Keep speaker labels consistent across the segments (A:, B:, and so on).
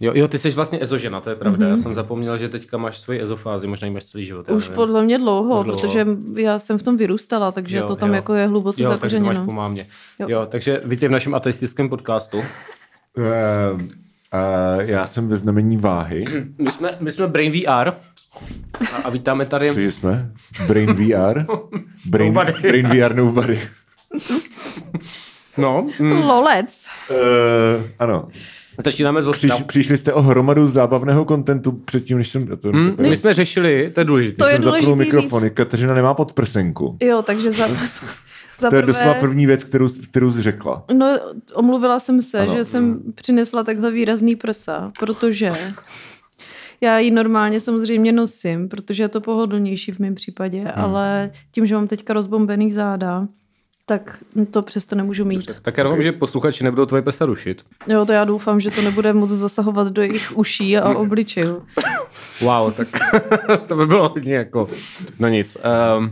A: Jo, jo, ty jsi vlastně ezožena, to je pravda. Mm-hmm. Já jsem zapomněl, že teďka máš svoji ezofázi, možná ji máš celý život. já
B: Mhm. Už
A: nevím.
B: podle mě dlouho,
A: Už dlouho.
B: protože já jsem v tom vyrůstala, takže
A: Jo,
B: to tam
A: jo.
B: jako je hluboce
A: Jo, takže to máš
B: zakořeněno.
A: po mámě. Jo.
B: Jo.
A: jo, takže vítej v našem ateistickém podcastu.
C: Uh, uh, já jsem ve znamení váhy.
A: My jsme, my jsme Brain VR a, a vítáme tady...
C: Cože jsme? Brain VR? Brain,
A: Nobody.
C: brain VR nobody.
A: No, mm,
B: Lolec.
C: Uh, ano.
A: začínáme z
C: Přiš,
A: Ostravy.
C: přišli jste o hromadu zábavného kontentu předtím, než jsem... To,
A: Hm, My jsme řešili, to je důležité.
B: To je
C: jsem zapnul
B: důležitý
C: mikrofon. Kateřina nemá podprsenku.
B: Jo, takže
A: Mm.
B: za, za
C: To je doslova
B: prvé...
C: první věc, kterou, jsi- kterou jsi řekla.
B: No, omluvila jsem se,
C: Ano.
B: ano. že
A: Mm.
B: jsem přinesla takhle výrazný prsa, protože já ji normálně samozřejmě nosím, protože je to pohodlnější v mém případě, hmm. ale tím, že mám teďka rozbombený záda, tak to přesto nemůžu mít.
A: Tak já doufám, že posluchači nebudou tvoje pesa rušit.
B: Jo, to já doufám, že to nebude moc zasahovat do jejich uší
A: Hmm.
B: a obličejů.
A: Wow, tak to by bylo hodně jako... No nic. Um,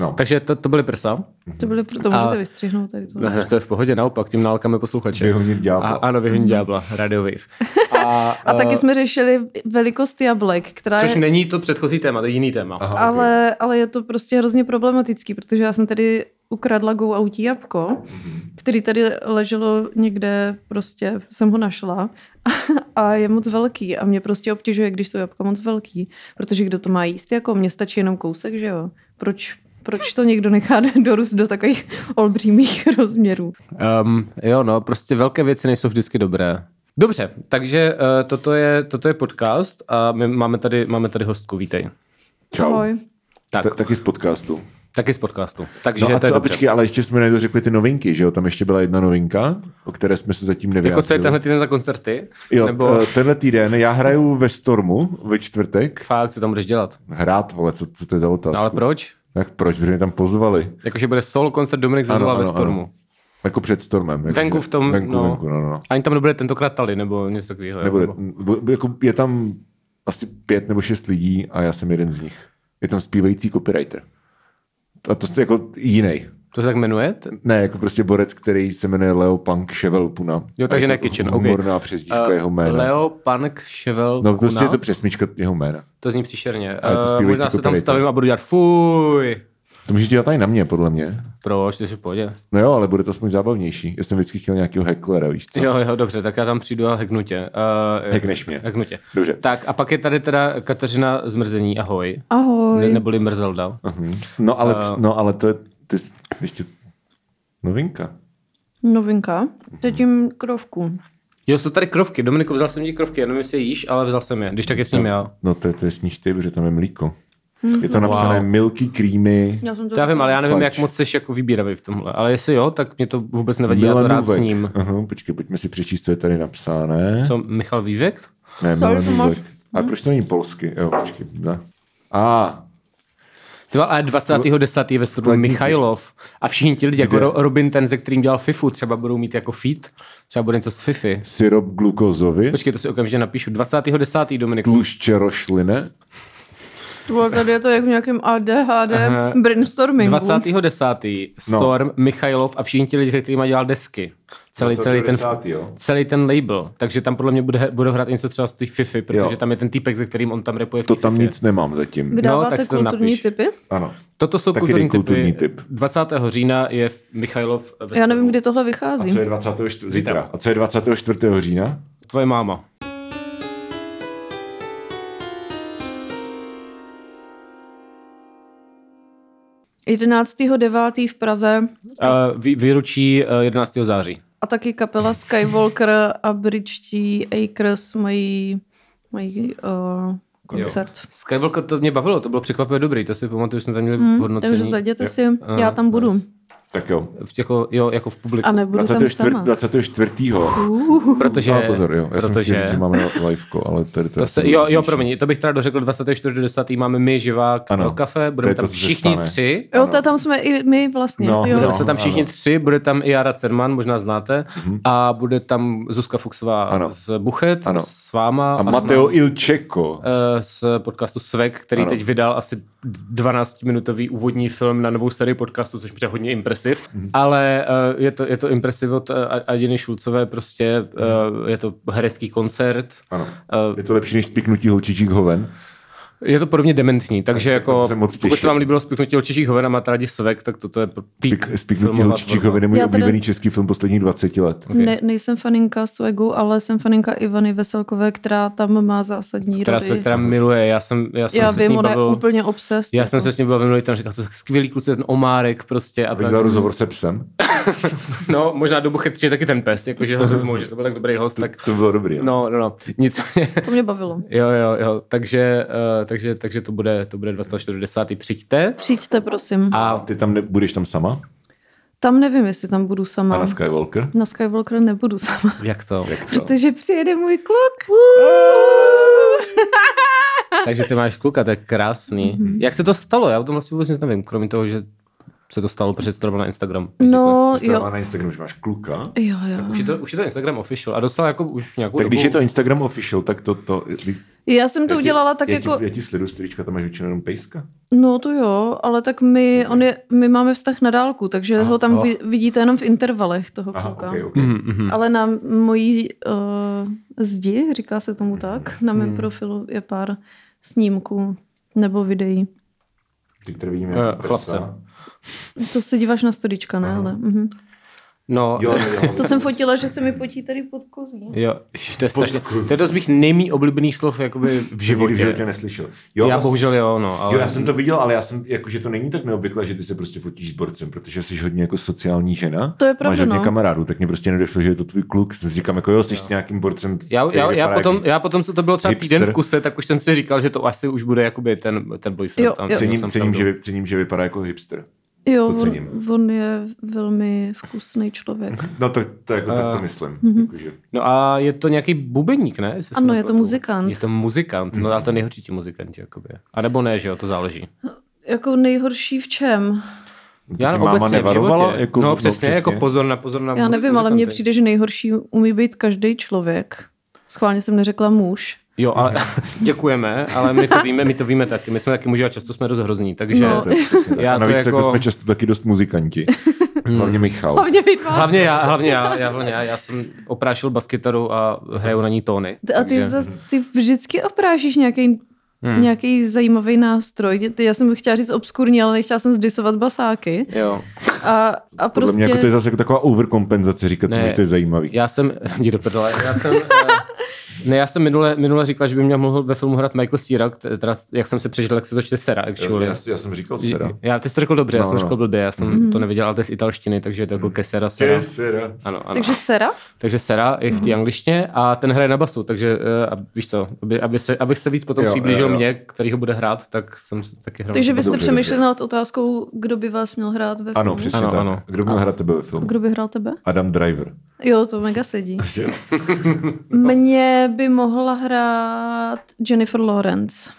C: No.
A: takže to, to byly prsa.
B: To byly proto,
A: A-
B: můžete vystřihnout tady to.
A: Ne, to je v pohodě, naopak, tím nálkame posluchače.
C: Vyhonit ďábla.
A: A, ano, vyhonit ďábla, Radio Wave. A, eh,
B: A taky jsme řešili velikost jablek, která
A: Což
B: je...
A: není to předchozí téma, to je jiný téma.
C: Aha, okay.
B: ale, ale je to prostě hrozně problematický, protože já jsem tady ukradla go autí jabko, který tady leželo někde, prostě jsem ho našla a je moc velký a mě prostě obtěžuje, když jsou jabka moc velký, protože kdo to má jíst, jako mě stačí jenom kousek, že jo? Proč, proč to někdo nechá dorůst do takových olbřímých rozměrů?
A: Um, jo, no, prostě velké věci nejsou vždycky dobré. Dobře, takže uh, toto, je, toto je podcast a my máme tady, máme tady hostku, vítej.
C: Čau.
B: Ahoj.
A: Tak,
C: Ta- Taky z podcastu.
A: taky z podcastu. Takže
C: No a
A: to je
C: co, a
A: dobře.
C: počkej, ale ještě jsme nedořekli ty novinky, že jo? Tam ještě byla jedna novinka, o které jsme se zatím nevyjádřili.
A: Jako co je tenhle týden za koncerty?
C: Jo, eh,
A: Nebo
C: Nebo... tenhle týden já hraju ve Stormu ve čtvrtek.
A: fakt, co tam budeš dělat?
C: Hrát, vole, co, co to je za otázku?
A: No, ale proč?
C: Tak proč, protože mě tam pozvali.
A: Jakože bude solo koncert Dominik Zazula ve Stormu.
C: Ano. Jako před Stormem. Jako
A: Venku v tom,
C: Venku,
A: no.
C: venku, no, no.
A: Ani tam nebude tentokrát Tali, nebo něco takového. jo?
C: Nebude,
A: Nebo-
C: bu- bu- jako je tam asi pět nebo šest lidí a já jsem jeden z nich. Je tam zpívající copywriter. A to je jako jiný.
A: To se tak jmenuje? T-
C: Ne, jako prostě borec, který se jmenuje Leo Punk Chevel Puna.
A: Jo, takže ne Kitchen, ok.
C: Humorná přezdívka
A: Eh,
C: jeho jména.
A: Leo Punk Chevel
C: no, prostě
A: Kuna.
C: je to přesmička jeho jména.
A: To zní příšerně.
C: Ale to
A: Eh,
C: zpívající
A: možná se tam
C: copywriter.
A: stavím a budu dělat fuj.
C: To můžeš dělat i na mě, podle mě.
A: Proč? Ty jsi v pohodě.
C: No jo, ale bude to aspoň zábavnější. Já jsem vždycky chtěl nějakého hacklera, víš co?
A: Jo, jo, dobře, tak já tam přijdu a hacknu tě. Uh,
C: Hackneš mě.
A: Hacknu tě.
C: Dobře.
A: Tak a pak je tady teda Kateřina Zmrzení, ahoj. Ne,
B: Ahoj.
A: neboli Mrzelda.
C: Mhm. No, ale, no ale to je ty, jsi- ještě novinka.
B: Novinka. Zatím krovku.
A: Jo, jsou tady krovky. Dominiku, vzal jsem ti krovky, já nevím, jestli je jíš, ale vzal jsem je. Když tak je s ním já.
C: No to, je- to je sníž ty, protože tam je mlíko. Je to napsané
A: Mhm. Wow. No,
C: Milky Creamy.
B: Já jsem to
A: To já vím, ale já nevím, jak
C: Fajč.
A: moc jsi jako vybíravý v tomhle. Ale jestli jo, tak mě to vůbec nevadí, já to
C: Milan
A: rád
C: Nůvek.
A: s ním.
C: Aha, počkej, pojďme si přečíst, co je tady napsané.
A: Co, Michal Vývek?
C: Ne,
B: Tady
C: Milan
B: to máš-
C: Nůvek.
A: Mhm.
C: A proč to není polsky? Jo, počkej. Ne. A,
A: Ty vole, ale 20.10. ve studiu
C: Skladníky.
A: Michailov a všichni ti lidi, jako
C: Kde?
A: Ro- Robin ten, se kterým dělal FIFU, třeba budou mít jako feed, třeba bude něco z FIFI.
C: syrop glukozovy,
A: Počkej, to si okamžitě napíšu. 20.10. Dominik.
C: tlušť čerošline.
B: Tvoje, tady je to jak v nějakém ADHD
A: Aha.
B: brainstormingu.
A: 20.10. Storm, no. Michailov a všichni ti lidi, se kterými dělal desky. Celý, celý, ten,
C: 20.10., jo.
A: celý ten label. Takže tam podle mě bude, budou hrát něco třeba z těch FIFI, protože
C: Jo.
A: tam je ten týpek, se kterým on tam repuje v
C: To
A: té
C: tam
A: Fifě.
C: nic nemám zatím.
B: Vy
A: No,
B: dáváte
A: tak si to
B: kulturní
A: napiš.
B: typy?
C: Ano.
A: Toto jsou
C: Taky dej
A: kulturní,
C: kulturní
A: typy.
C: tip.
A: 20. října je v- Michailov ve
B: Já
A: Stormu.
B: nevím, kdy tohle
C: A
B: vychází.
C: co je 24. Zítra. A co je 24. října?
A: Tvoje máma.
B: devátý v Praze
A: Uh, vy, výročí eh, 11. září.
B: a taky kapela Skywalker a britští Acres mají, mají uh, koncert.
A: Skywalker to mě bavilo, to bylo překvapivě dobrý, Hmm, to si pamatuju, že jsme tam měli v hodnocení.
B: Takže zajděte si, já tam budu.
C: Tak jo.
A: v těch, jo, jako v publiku.
B: A nebudu tam
C: 24.
B: sama.
C: 24.
A: Protože,
C: Ale No, pozor, jo. Já jsem
A: protože,
C: chtěl říct, že máme liveko, ale tady to...
A: to se, jo, jo, promiň, to bych teda dořekl 24.10. máme my živá
C: Ano.
A: ano, kafe, budeme
C: je to,
A: tam
C: co se
A: všichni
C: stane.
A: tři.
B: Jo, ta, tam jsme i my vlastně.
C: No,
B: jo.
A: Tam
C: no.
A: jsme tam všichni
C: ano. Mhm.
A: tři, bude tam i Jara Cerman, možná znáte, a bude tam Zuzka Fuxová
C: Ano.
A: z Buchet,
C: Ano.
A: z s váma.
C: A
A: s
C: Mateo
A: námi,
C: Ilčeko.
A: no. eh, z podcastu Svek, který
C: Ano.
A: ano. teď vydal asi 12-minutový úvodní film na novou sérii podcastu, což je hodně impresiv,
C: Mhm.
A: ale eh, je to, je to impresiv od eh, Adiny Šulcové, prostě eh, je to herecký koncert.
C: Mhm. Ano.
A: Eh,
C: Je to lepší než spiknutí holčičík hoven.
A: Je to podobně dementní, takže jako,
C: to se moc
A: pokud se
C: těším.
A: vám líbilo spiknutí očičích hoven a máte rádi svek, tak toto je pro- pík
C: Spik- Spiknutí
A: filmová
C: holčičík
A: tvorba.
C: hoven je můj
B: Já teda-
C: oblíbený český film posledních 20 let.
A: Ok.
B: Ne, nejsem faninka Suegu, ale jsem faninka Ivany Veselkové, která tam má zásadní
A: Která
B: roli.
A: se, která miluje, já jsem, já jsem
B: Já
A: se s
B: vím,
A: ní
B: ona je
A: bavil,
B: úplně jako. obses.
A: já jsem se s ní bavil minulý ten říkal, to je skvělý kluci, ten Omárek prostě. A
C: Viděla
A: tak-
C: rozhovor se psem.
A: no, možná dobu chytří taky ten pes, jakože ho vezmou, že to byl tak dobrý host, tak
C: To bylo dobrý. jo.
A: no, no, no, nicméně.
B: To mě bavilo.
A: Jo, jo, jo, takže, uh, takže, takže to bude, to bude 24.10. Přijďte.
B: Přijďte, prosím.
A: A
C: Ty tam ne, budeš tam sama?
B: Tam nevím, jestli tam budu sama.
C: A na Skywalker?
B: na Skywalker nebudu sama,
A: jak to?
C: Jak to?
B: protože přijede můj kluk.
A: Takže ty máš kluka, to je krásný. Jak se to stalo? Já o tom vlastně vůbec nic nevím, kromě toho, že se to stalo, protože jsi to dala na Instagram.
B: No,
C: Jsi tam
B: jo.
C: na Instagramu, že máš kluka?
B: Jo, jo.
A: Už je, to, už je to Instagram official a dostala jako už nějakou
C: Tak
A: dobu.
C: když je to Instagram official, tak to... to
B: Já jsem to
C: já ti-
B: udělala tak
C: já
B: jako...
C: Ti, já ti sleduju strička, tam máš většinou jenom pejska.
B: No to jo, ale tak my, on je, my máme vztah na dálku, takže
C: Aha,
B: ho tam
C: aha.
B: vi, vidíte jenom v intervalech toho
C: Aha, Hm.
B: kluka.
C: okay, okay.
A: Mhm, mhm.
B: Ale na mojí uh, zdi, říká se
C: Hm.
B: tomu tak, na mém
A: Hmm.
B: profilu je pár snímků nebo videí.
C: Teď tady vidíme
A: Eh,
C: nějaký
A: chlapce.
C: prsa.
B: To se díváš na storička, ne?
C: Aha.
B: Ale, uh
A: No,
C: Jo,
A: to,
C: jo, jo.
B: To jsem fotila, že se mi potí tady pod kozí.
A: jo, Ježiš, to je strašně,
C: Podkus.
A: to je to z mých nejmí oblíbených slov jakoby v
C: Nikdy v životě
A: životě.
C: neslyšel. Jo,
A: Jo, já
C: vlastně-
A: bohužel jo, no, ale
C: Jo, já jsem to viděl, ale já jsem, jakože to není tak neobvyklé, že ty se prostě fotíš s borcem, protože jsi hodně jako sociální žena.
B: To je
C: Máš
B: pravda,
C: hodně
B: no.
C: kamarádů, tak mě prostě nedošlo, že je to tvůj kluk. Jsem si říkám, jako jo, jsi s nějakým borcem.
A: já,
C: který
A: já, já,
C: vypadá
A: potom,
C: jak-
A: já potom, co to bylo třeba
C: hipster.
A: týden v kuse, tak už jsem si říkal, že to asi už bude jakoby ten, ten boyfriend.
B: Jo,
A: tam,
B: jo.
A: měl
C: Cením,
A: jsem
C: cením,
A: pravdu.
C: že, vy- cením, že vypadá jako hipster.
B: Jo,
C: To
B: on,
C: cením.
B: on je velmi vkusný člověk.
C: No to, to, jako, tak to
A: Eh.
C: myslím.
B: mhm.
C: Jakože,
A: No a je to nějaký bubeník, ne? Jestli se
B: Ano, je to
A: nepletu.
B: muzikant.
A: Je to muzikant, no ale to nejhorší ti muzikanti, jakoby. A nebo ne, že jo, to záleží.
B: Jako nejhorší v čem?
A: Já
C: Tě
A: obecně
C: máma
A: v
C: nevarovala?
A: životě. Jako, no, přesně,
C: no,
A: jako pozor na pozor na
B: Já
A: muzikanty.
B: nevím, ale mně přijde, že nejhorší umí být každý člověk. Schválně jsem neřekla muž.
A: Jo, ale děkujeme, ale my to víme, my to víme taky. My jsme taky muži a často jsme dost hrozní, takže...
B: No.
A: No.
C: To je přesně tak.
A: Já
C: A
A: to
C: navíc jako...
A: jako- Hmm.
C: jsme často taky dost muzikanti. Hlavně Michal.
B: Hlavně vy dva.
A: Hlavně já, hlavně já, já, hlavně já, já jsem oprášil baskytaru a hraju na ní tóny.
B: A ty, zas, ty vždycky oprášíš nějaký hmm. nějaký zajímavý nástroj. Ty, já jsem chtěla říct obskurní, ale nechtěla jsem zdisovat basáky.
A: Jo.
B: A, a
C: Podle
B: prostě...
C: mě jako to je zase jako taková overkompenzace, říkat
A: Ne.
C: tomu, že to je zajímavý.
A: Já jsem, jdi do prdele, já jsem, eh, ne, já jsem minule, minule říkal, že by mě mohl ve filmu hrát Michael Cera, kt- teda, jak jsem se přečetl, jak se to čte Sera,
C: Já,
A: actually.
C: já, já jsem říkal Sera.
A: Já, ty jsi to řekl dobře, no, já
C: No,
A: jsem to
C: no. Mhm.
A: řekl blbě, já jsem
B: Mhm.
A: to nevěděl, ale to je z italštiny, takže je to jako Kesera, Sera.
C: Je Sera.
A: Ano, ano.
B: Takže Mhm. Sera?
A: Takže Sera i v té angličtině a ten hraje na basu, takže eh, a víš co, aby, aby se, abych se víc potom
C: Jo, jo,
A: přiblížil
C: jo.
A: mě, který ho bude hrát, tak jsem s- taky hrál.
B: Takže byste
C: dobře,
B: přemýšleli nad otázkou, kdo by vás měl hrát ve
C: Ano,
B: filmu?
C: přesně
A: Ano,
C: tak.
A: ano.
C: Kdo měl hrát tebe ve filmu?
B: Kdo by hrál tebe?
C: Adam Driver.
B: Jo, to mega sedí.
C: Že jo?
B: Mě by mohla hrát Jennifer Lawrence.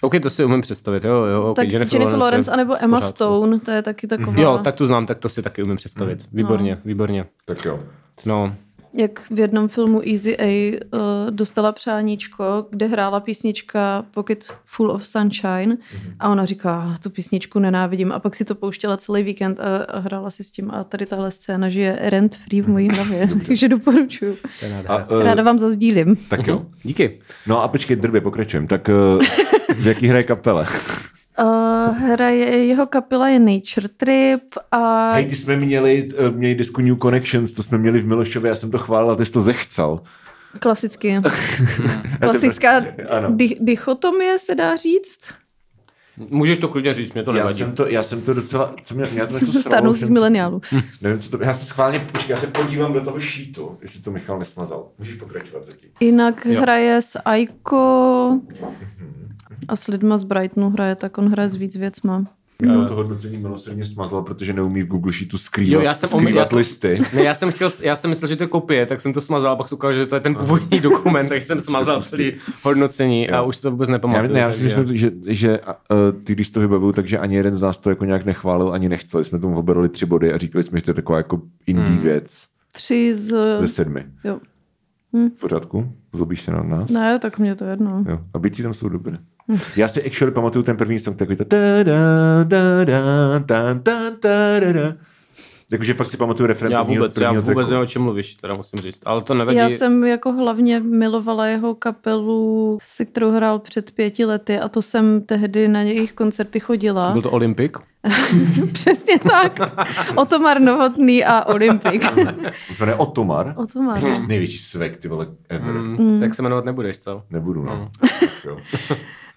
A: OK, to si umím představit, jo, jo, okay.
B: tak Jennifer, Jennifer Lawrence,
A: je
B: anebo
A: v
B: Emma
A: pořádku.
B: Stone, No. to je taky taková,
A: Jo, tak tu znám, tak to si taky umím představit. Výborně, výborně.
C: Tak jo.
A: No,
B: jak v jednom filmu Easy A uh, dostala přáníčko, kde hrála písnička Pocket Full of Sunshine a ona říká, "Ah, tu písničku nenávidím a pak si to pouštěla celý víkend a, a hrála si s tím a tady tahle scéna žije rent free v mojí hlavě, takže doporučuju.
A: to je
C: A,
A: nádhera.
C: uh,
B: Ráda vám zazdílím.
C: tak jo.
A: Mhm. Díky.
C: No a počkej, drbě, pokračujem. Tak uh, v jaký hraje kapele?
B: Uh, hraje, jeho kapela je Nature Trip a
C: Hej, ty jsme měli, eh, měli disku New Connections, to jsme měli v Milošově, já jsem to chválil a ty jsi to zechcal.
B: klasicky,
A: Mhm.
B: klasická
C: Ano.
B: di- dichotomie se dá říct.
A: Můžeš to klidně říct, mě to
C: Já
A: nevadí.
C: jsem to, já jsem to docela, co mě, mě to něco sralo,
B: Starnoucích
C: jsem-
B: mileniálů.
A: Hm.
C: Nevím, co to, já se schválně, počkej, já se podívám do toho šítu, jestli to Michal nesmazal. Můžeš pokračovat zatím.
B: Jinak
A: Jo. Mhm.
B: jo. hraje s Aiko a s lidma z Brightonu hraje, tak on hraje s víc věcma.
C: Já to hodnocení milosrdně smazal, protože neumí v Google Sheetu skrývat,
A: No. Jo, já jsem omyl- já
C: skrývat
A: jsem-
C: listy.
A: Ne, já jsem, chtěl, já jsem myslel, že to je kopie, tak jsem to smazal a pak se ukázalo, že to je ten původní dokument, takže jsem smazal celý hodnocení a už se to vůbec
C: Já,
A: nepamatuju.
C: ne, já si
A: takže-
C: myslím, že, že a, e, ty, když to vybavuju, takže ani jeden z nás to jako nějak nechválil, ani nechceli. Jsme tomu obrali tři body a říkali jsme, že to je taková jako indie hmm. věc
B: Tři z...
C: ze sedmi.
B: Jo. Hm.
C: V pořádku? Zlobíš se na nás?
B: Ne, tak mě to jedno.
C: Jo. A bicí tam jsou dobré.
A: Hm.
C: Já si actually pamatuju ten první song, takový to ta da da da ta ta ta da da. Jakože fakt si pamatuju refrén
A: Já
C: prvního-
A: vůbec, já
C: prvního jako-
A: vůbec nevím,
C: tracku.
A: o čem mluvíš, teda musím říct. Ale to nevadí.
B: Já jsem jako hlavně milovala jeho kapelu, se kterou hrál před pěti lety a to jsem tehdy na jejich koncerty chodila.
A: Byl to Olympik?
B: Přesně tak. Otomar Novotný a Olympik.
C: To se jmenuje Otomar.
B: Otomar.
A: Prostě
C: To je největší svek, ty vole, ever.
A: Mm. Tak se jmenovat nebudeš, co?
C: Nebudu, no. Jo.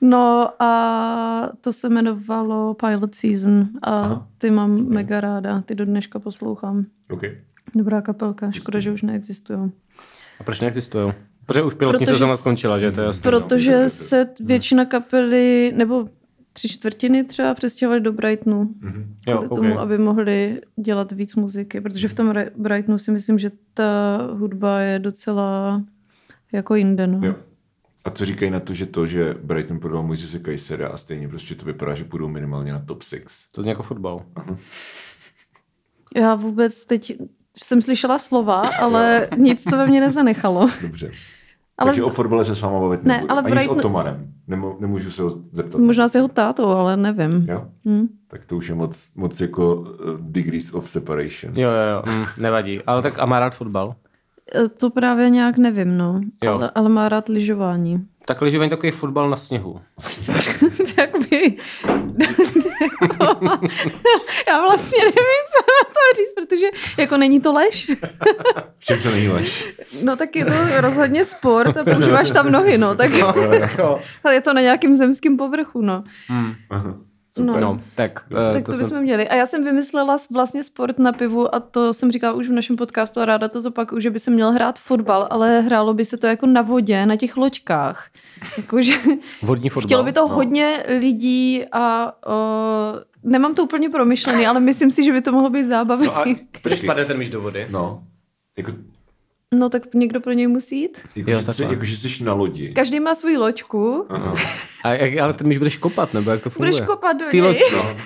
B: No a to se jmenovalo Pilot Season a
C: Aha.
B: ty mám mega ráda, ty do dneška poslouchám.
C: Okay.
B: Dobrá kapelka, škoda, že už neexistují.
A: A proč neexistují? Protože už pilotní
B: Protože
A: sezóna
B: s-
A: skončila, že to je jasné.
C: no,
B: Protože
C: dobře,
B: se většina
C: Hm.
B: kapely, nebo tři čtvrtiny třeba přestěhovaly do Brightonu.
C: Mhm.
A: Jo,
B: kvůli
A: okay.
B: tomu, aby mohli dělat víc muziky, protože v tom Ra- Brightonu si myslím, že ta hudba je docela jako jinde, no.
C: Jo. A co říkají na to, že to, že Brighton prodal Moisese Kajsera a stejně prostě to vypadá, že půjdou minimálně na top 6.
A: To zní jako fotbal.
B: Já vůbec teď jsem slyšela slova, ale nic to ve mně nezanechalo.
C: Dobře. Ale...
B: Ale
C: Takže o fotbale se s váma bavit
B: Ne,
C: ne, nebudu.
B: ale
C: Ale
B: v
C: Ani
B: Brighton-
C: s Otomarem. Nemo, nemůžu se ho zeptat.
B: možná s jeho tátou, ale nevím.
C: Jo?
B: Hm.
C: Tak to už je moc, moc jako uh, degrees of separation.
A: Jo, jo, jo, mm, nevadí. Ale tak a má rád fotbal.
B: E, To právě nějak nevím, no.
A: Jo.
B: Ale, ale má rád lyžování.
A: Tak lyžování takový fotbal na sněhu.
B: Jak by... Já vlastně nevím, co na to říct, protože jako není to lež.
C: V čem se není lež?
B: No tak je to rozhodně sport a používáš tam nohy, no. Tak
A: jako...
B: ale je to na nějakém zemském povrchu, no.
C: Super.
A: No, tak, eh,
B: Tak to, bychom měli. A já jsem vymyslela s- vlastně sport na pivu a to jsem říkala už v našem podcastu a ráda to zopakuju, že by se měl hrát fotbal, ale hrálo by se to jako na vodě, na těch loďkách. Jakože
A: Vodní fotbal. No.
B: chtělo by to hodně lidí a o, nemám to úplně promyšlený, ale myslím si, že by to mohlo být zábavný.
A: No a proč padne ten myš do vody?
C: No. Jako,
B: No tak někdo pro něj musí jít.
C: jako,
A: Jo,
C: jo, že, jsi,
A: takhle.
C: jako že jsi na lodi.
B: Každý má svoji loďku
C: Aha.
A: A, jak- ale ten myš budeš kopat, nebo jak to funguje?
B: Budeš kopat do
A: Z té
B: něj.
A: loďky.
C: No.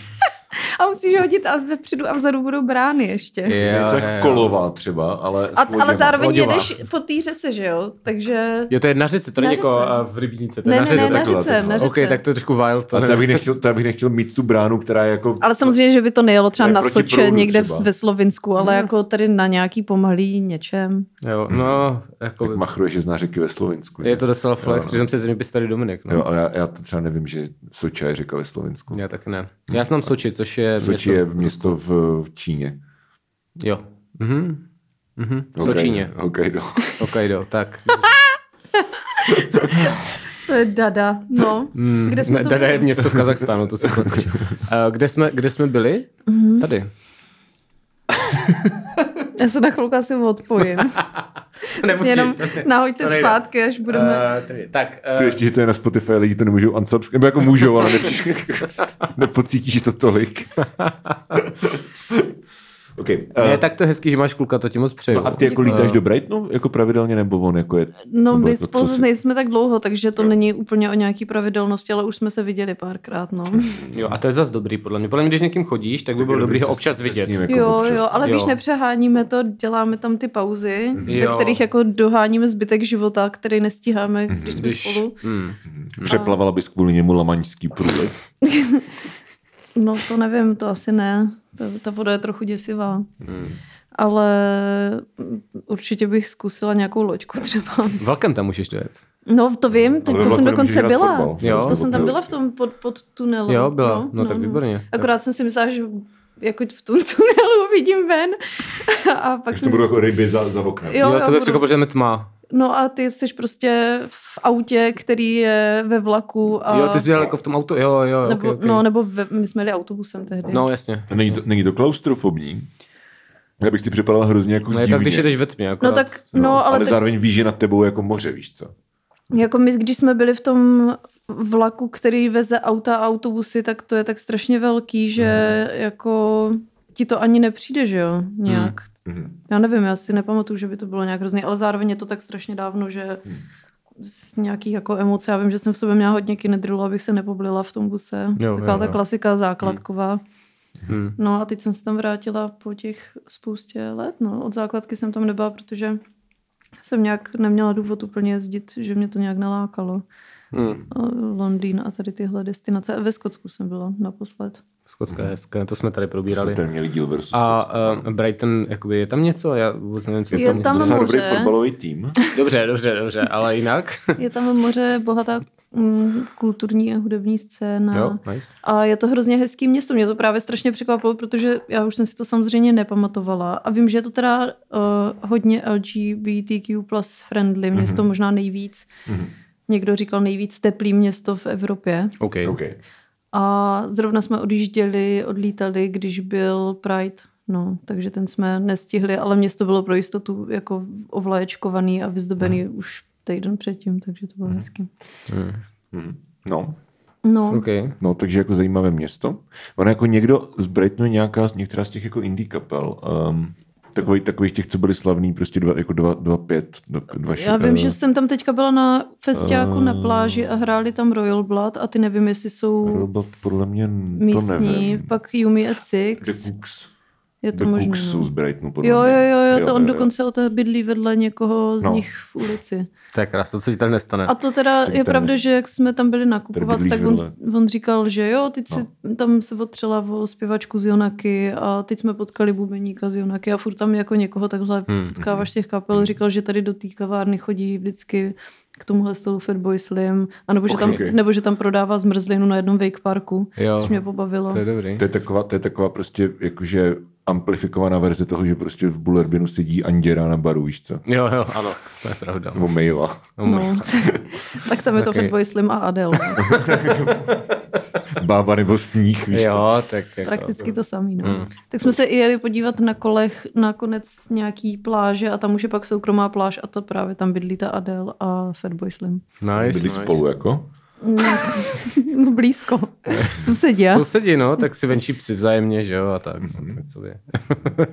B: a musíš hodit a vepředu a vzadu budou brány ještě.
A: Jo,
C: Něco
A: jo, jo.
C: jako kolová třeba, ale s
B: A, ale
C: loděma.
B: zároveň
A: loděvá.
B: jedeš po té řece, že jo? Takže...
A: Jo, to je na řece, to není
B: Na
A: jako
B: řece.
A: a, v rybníce, to je
B: Ne,
A: na
B: ne,
A: řece. no.
B: ne, na
C: takhle,
B: řece, na
C: takhle.
B: řece.
A: OK, tak to je trošku wild. To
C: A to
A: ne-
C: já bych, nechtěl, to já bych nechtěl mít tu bránu, která je jako...
B: Ale samozřejmě, že by to nejelo třeba
C: To je
B: na
C: proti
B: Soče
C: proudu
B: někde
C: třeba.
B: ve Slovinsku, ale jako tady na nějaký pomalý něčem.
A: Jo, no, jako,
C: Jak machruješ, že zná řeky ve Slovensku.
A: je to docela
C: Jo,
A: flex,
C: no.
A: protože jsem přes zeměpis tady Dominik. No.
C: Jo, a já, já to třeba nevím, že Soča je řeka ve Slovensku.
A: Já taky ne. Já znám Soči, což je
C: Soči
A: město.
C: je město v v Číně.
A: Jo. Mhm. Mhm. V
C: Hokkaido.
A: Sočíně.
C: Hokkaido.
A: Hokkaido, tak.
B: To je dada, no. Kde jsme
A: Ne,
B: to
A: Tady je
B: byli?
A: město v Kazachstánu, to se platí. Kde jsme, kde jsme byli?
B: Mhm.
A: Tady.
B: Já se na chvilku asi odpojím.
A: Nemusíš,
B: Jenom
A: to ne-
B: nahoďte
A: to nejde.
B: zpátky, až budeme...
A: Eh, tady, tak,
C: Ty
A: eh,
C: ještě, že to je na Spotify, lidi to nemůžou unsubscribe, nebo jako můžou, ale nepřijde, nepocítíš to tolik. okay.
A: ne,
C: uh,
A: tak to je hezký, že máš kluka, to ti moc přeju.
C: a ty jako lítáš do Brightonu jako pravidelně, nebo on jako je...
B: No,
C: nebo
B: my
C: jako, co
B: spolu
C: si-
B: nejsme tak dlouho, takže to není úplně o nějaký pravidelnosti, ale už jsme se viděli párkrát, no.
A: Jo, a to je zas dobrý, podle mě. Podle mě, když s někým chodíš, tak by bylo
C: dobrý
A: dobrý ho
C: se-
A: občas
C: se s
A: vidět.
C: ním jako
B: Jo,
C: občas.
B: jo, ale
A: Jo.
B: když nepřeháníme to, děláme tam ty pauzy,
A: Jo.
B: ve kterých jako doháníme zbytek života, který nestíháme, když jsme
A: Když-
B: spolu.
A: Hmm.
C: Přeplavala bys kvůli němu lamaňský průliv.
B: No to nevím, to asi ne. Ta, ta voda je trochu děsivá.
C: Hmm.
B: Ale mm, určitě bych zkusila nějakou loďku třeba.
A: Velkem tam můžeš dojet.
B: No to vím, tak
C: Ale
B: to
C: vlaku
B: jsem
C: nemůžeš
B: dokonce
C: hrát
B: byla.
C: fotbal.
A: Jo.
B: To jsem tam byla v tom pod, pod tunelu.
A: Jo, byla. No, tak výborně.
B: Akorát jsem si myslela, že jako v tom tunelu vidím ven. A pak
C: Takže to
B: jsem
C: budou
B: si-
C: jako ryby za, za oknem.
B: Jo,
A: Jo,
B: jo,
A: to by
B: budu.
A: překvapilo, že je tma.
B: No a ty jsi prostě v autě, který je ve vlaku. A...
A: Jo, ty jsi byl jako v tom autu, jo, jo,
B: Eh, nebo,
A: okay, okay.
B: No nebo ve, my jsme jeli autobusem tehdy.
A: no jasně.
C: A není to, není to klaustrofobní? Já bych si připadal hrozně jako
A: Ne,
C: divně.
A: No tak když jedeš ve tmě, akorát.
B: no tak, no, ale,
C: ale
B: tak-
C: zároveň víš, že nad tebou je jako moře, víš co?
B: Jako my, když jsme byli v tom vlaku, který veze auta a autobusy, tak to je tak strašně velký, že
A: Mhm.
B: jako ti to ani nepřijde, že jo, nějak.
C: Mhm.
B: Já nevím, já si nepamatuju, že by to bylo nějak hrozný, ale zároveň je to tak strašně dávno, že
A: Mhm.
B: z nějakých jako emoce, já vím, že jsem v sobě měla hodně kinedrilu, abych se nepoblila v tom buse.
A: Jo,
B: Taková
A: jo,
B: ta
A: jo. Mhm.
B: klasika základková.
A: Hmm.
B: No a teď jsem se tam vrátila po těch spoustě let, no. Od základky jsem tam nebyla, protože jsem nějak neměla důvod úplně jezdit, že mě to nějak nalákalo.
A: Hmm.
B: No, Londýn a tady tyhle destinace. Ve Skotsku jsem byla naposled.
A: Skotska je hezké, to jsme tady probírali.
C: Jsme tady měli díl versus
A: A
C: Skotsko.
A: uh, Brighton, jakoby je tam něco? Já vůbec nevím, co
B: Je
A: tam,
B: tam-
C: Docela dobrý
B: moře.
C: fotbalový tým.
A: Dobře, dobře, dobře, ale jinak.
B: Je tam moře bohatá mm, kulturní a hudební scéna.
A: jo, nice.
B: A je to hrozně hezký město. Mě to právě strašně překvapilo, protože já už jsem si to samozřejmě nepamatovala. A vím, že je to teda uh, hodně LGBTQ plus friendly město, možná nejvíc.
C: Mhm.
B: Někdo říkal nejvíc teplý město v Evropě.
A: OK.
C: OK.
B: A zrovna jsme odjížděli, odlítali, když byl Pride. No, takže ten jsme nestihli, ale město bylo pro jistotu jako ovlaječkovaný a vyzdobený mm. už týden předtím, takže to bylo mm. hezký.
C: Mhm. No,
B: No,
A: OK.
B: okay.
C: No, takže jako zajímavé město. Ono jako někdo z Brightonu je nějaká, z některá z těch jako indie kapel, um, takových, takových těch, co byly slavný, prostě dva, jako dva, dva pět, dva, dva eh,
B: já vím, že jsem tam teďka byla na festiáku na pláži a hráli tam Royal Blood a ty nevím, jestli jsou
C: Robot, podle mě to
B: místní,
C: nevím.
B: pak Yumi at
C: The
B: Six,
C: Cooks.
B: je
C: The
B: to možné.
C: Cooks jsou
B: no.
C: z Brightonu, podle
B: Jo, jo,
C: mě.
B: jo, jo, to on dokonce o té bydlí vedle někoho z
C: No.
B: nich v ulici.
A: To je krásné, co ti tady nestane.
B: A to teda
C: Co
B: je
C: tam
B: pravda,
C: je?
B: že jak jsme tam byli nakupovat,
C: bydlíš
B: tak on,
C: vedle.
B: on říkal, že jo, teď no. si, tam se otřela o zpěvačku z Jonaky a teď jsme potkali bubeníka z Jonaky a furt tam jako někoho takhle hmm. potkáváš z těch kapel. Hmm. Říkal, že tady do té kavárny chodí vždycky k tomuhle stolu Fatboy Slim, anebo že, tam,
C: Okay.
B: nebo že tam prodává zmrzlinu na jednom wake parku,
A: Jo.
B: což mě pobavilo.
A: To je dobrý.
C: To je taková, to je taková prostě jakože amplifikovaná verze toho, že prostě v Bullerbinu sedí Anděra na baru, víš co?
A: Jo, jo, ano, to je pravda.
C: Nebo Maila.
B: No, tak tam je to
A: Taky-
B: Fatboy Slim a Adele.
C: Bába nebo Sníh, víš co?
A: Jo, tak jako. Hmm.
B: Prakticky to samý, no. Mm. Tak jsme se i jeli podívat na kolech na konec nějaký pláže a tam už je pak soukromá pláž a to právě tam bydlí ta Adele a Fatboy Slim.
A: Nice,
C: Byli
A: nice.
C: spolu jako?
B: No, Blízko. Sousedě.
A: Sousedí, no, tak si venčí psy vzájemně, že jo, a tak.
C: Mhm.
A: No, tak co je.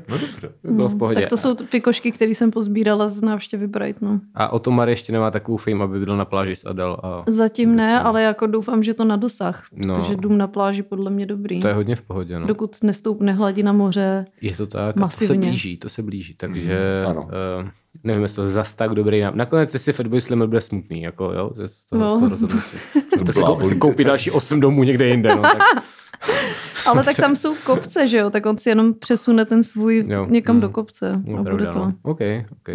C: No dobře.
A: Bylo v pohodě.
B: Mhm. Tak to jsou ty pikošky, které jsem pozbírala z návštěvy Brightonu.
A: A o Tomar ještě nemá takovou fame, aby byl na pláži s Adel. A
B: Zatím ne, ale jako doufám, že to na dosah,
A: No.
B: protože dům na pláži podle mě dobrý.
A: to je hodně v pohodě, no.
B: Dokud nestoupne hladina moře,
A: Je to tak, a to se
B: Masivně.
A: blíží, to se blíží, takže
C: Mhm, ano.
A: eh, nevím, jestli to je zas tak dobrý nám. Nakonec jestli Fatboy Slim bude smutný, jako jo, ze- z toho,
B: No.
A: no. z toho rozhodnutí. To si,
C: blábolíte
A: si koupí další osm domů někde jinde, no, tak
B: ale tak tam jsou kopce, že jo, tak on si jenom přesune ten svůj
A: Jo,
B: někam
A: mm.
B: do kopce
A: no,
B: a bude
A: pravda,
B: to.
A: no. Okay, okay,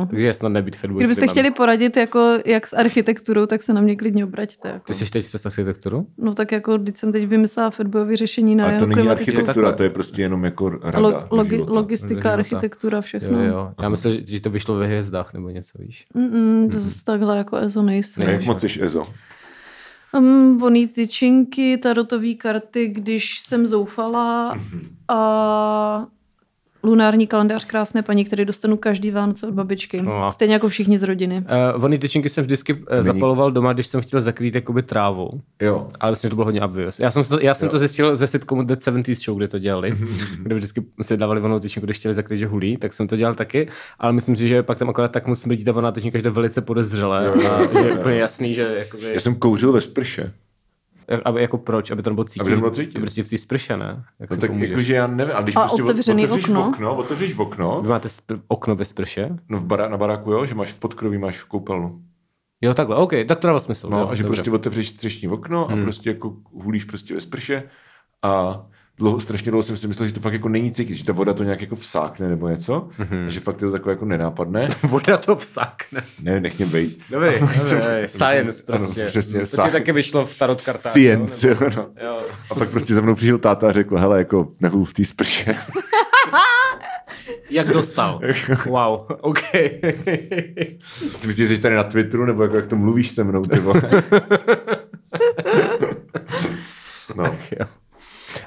A: Tak, jo. takže je snad nebýt Fatboy
B: Kdybyste
A: Slimem.
B: chtěli poradit, jako jak s architekturou, tak se na mě klidně obraťte. Jako.
A: Ty jsi teď přes architekturu?
B: No tak jako, když jsem teď vymyslela fatbojové řešení na
C: Ale
B: jeho
C: to není
B: klimatickou
C: architektura,
A: takhle.
C: to je prostě jenom jako rada.
B: lo-
C: do
B: logi-
C: života.
A: Ze
B: logistika,
A: života.
B: architektura,
A: Jo,
B: všechno.
A: jo. jo. Já myslím, že, že to vyšlo ve hvězdách nebo něco, víš.
B: Mm-mm, to zase takhle jako EZO nejsem.
C: A
A: Nejsi.
C: jak moc jsi EZO?
B: Um, voní tyčinky, tarotové karty, když jsem zoufala a lunární kalendář krásné paní, který dostanu každý Vánoce od babičky.
A: No a-
B: Stejně jako všichni z rodiny.
A: Uh, vony tyčinky jsem vždycky uh, zapaloval doma, když jsem chtěl zakrýt jakoby trávu.
C: Jo.
A: Ale myslím, že to bylo hodně obvious. Já jsem, to, já jsem to zjistil ze sitcomu Dead 70s Show, kde to dělali, kde vždycky se dávali vonou tyčinku, když chtěli zakryt, že hulí, tak jsem to dělal taky, ale myslím si, že pak tam akorát tak moc smrdí ta voná tyčinka, že to je velice podezřelé.
C: jo,
A: A
C: jo,
A: že je
C: jo.
A: úplně jasný, že jakoby,
C: Já jsem kouřil ve sprše.
A: aby, jako proč, aby to nebylo cítit.
C: Aby to nebylo cítit.
A: To prostě v té sprše, ne? Jak
C: No
A: si
C: tak
A: pomůžeš?
C: jakože já nevím. A když
B: A
C: prostě
B: otevřený
C: otevřeš
B: okno?
C: okno, otevřeš okno,
A: Vy máte spr- okno ve sprše?
C: no v bará, na baráku jo, že máš v podkroví, máš v koupelnu.
A: Jo, takhle, OK, tak to dává smysl.
C: No
A: jo,
C: a že
A: dobře. Hmm.
C: prostě otevřeš střešní okno a prostě jako hulíš prostě ve sprše a dlouho, strašně dlouho jsem si myslel, že to fakt jako není cítit, že ta voda to nějak jako vsákne nebo něco,
A: Mhm.
C: mm-hmm. že fakt je to takové jako nenápadné.
A: Voda to vsákne.
C: Ne, nech mě bejt.
A: Dobrý,
C: jsem-
A: dobrý, science
C: jsem- ano,
A: prostě.
C: přesně,
A: to ti
C: science.
A: taky vyšlo v tarot kartách.
C: Science,
A: jo,
C: jo, no.
A: nebo- Jo.
C: A pak prostě za mnou přišel táta a řekl, hele, jako nehul v té sprše.
A: Jak dostal? Wow, OK.
C: Ty myslíš, že jsi tady na Twitteru, nebo jako jak to mluvíš se mnou, ty vole. No. A,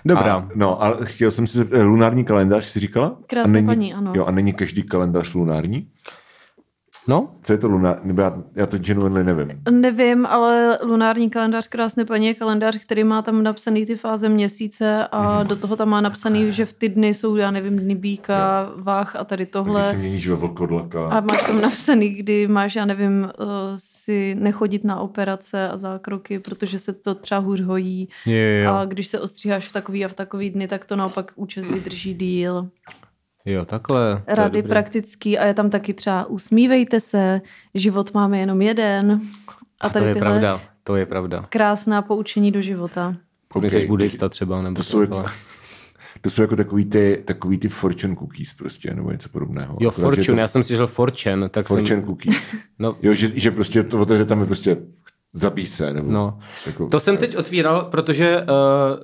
A: Dobrá.
C: no, ale chtěl jsem si zeptat, lunární kalendář si říkala?
B: Krásná
C: a není,
B: paní, ano.
C: Jo, a není každý kalendář lunární?
A: No,
C: Co je to lunární? Nebo já, já to genuinely nevím.
B: Nevím, ale lunární kalendář krásné paní je kalendář, který má tam napsaný ty fáze měsíce
A: Mhm.
B: a do toho tam má
A: eh,
B: napsaný, že v ty dny jsou, já nevím, dny býka, váh a tady
C: Když se
B: tohle.
C: měníš ve vlkodlaka.
B: A máš tam napsaný, kdy máš, já nevím, eh, si nechodit na operace a zákroky, protože se to třeba hůř hojí.
A: jo, jo.
B: A když se ostříháš v takový a v takový dny, tak to naopak účes vydrží díl.
A: Jo, takhle. To je
B: rady
A: dobrý.
B: praktický a je tam taky třeba usmívejte se, život máme jenom jeden a
A: A to
B: tady
A: je
B: tyhle
A: pravda, to je pravda.
B: krásná poučení do života.
A: Pokud okay.
C: Okej,
A: jsi buddhista třeba, nebo
C: To jsou, jako,
A: takhle.
C: to jsou jako takový ty, takový ty fortune cookies prostě, nebo něco podobného.
A: Jo,
C: Akorát, že je
A: Fortune,
C: to
A: já jsem si žil Fortune, tak jsem...
C: Fortune cookies.
A: No,
C: Jo, že, že prostě to otevře tam je prostě zabij se, nebo
A: No.
C: jako,
A: To jsem teď otvíral, protože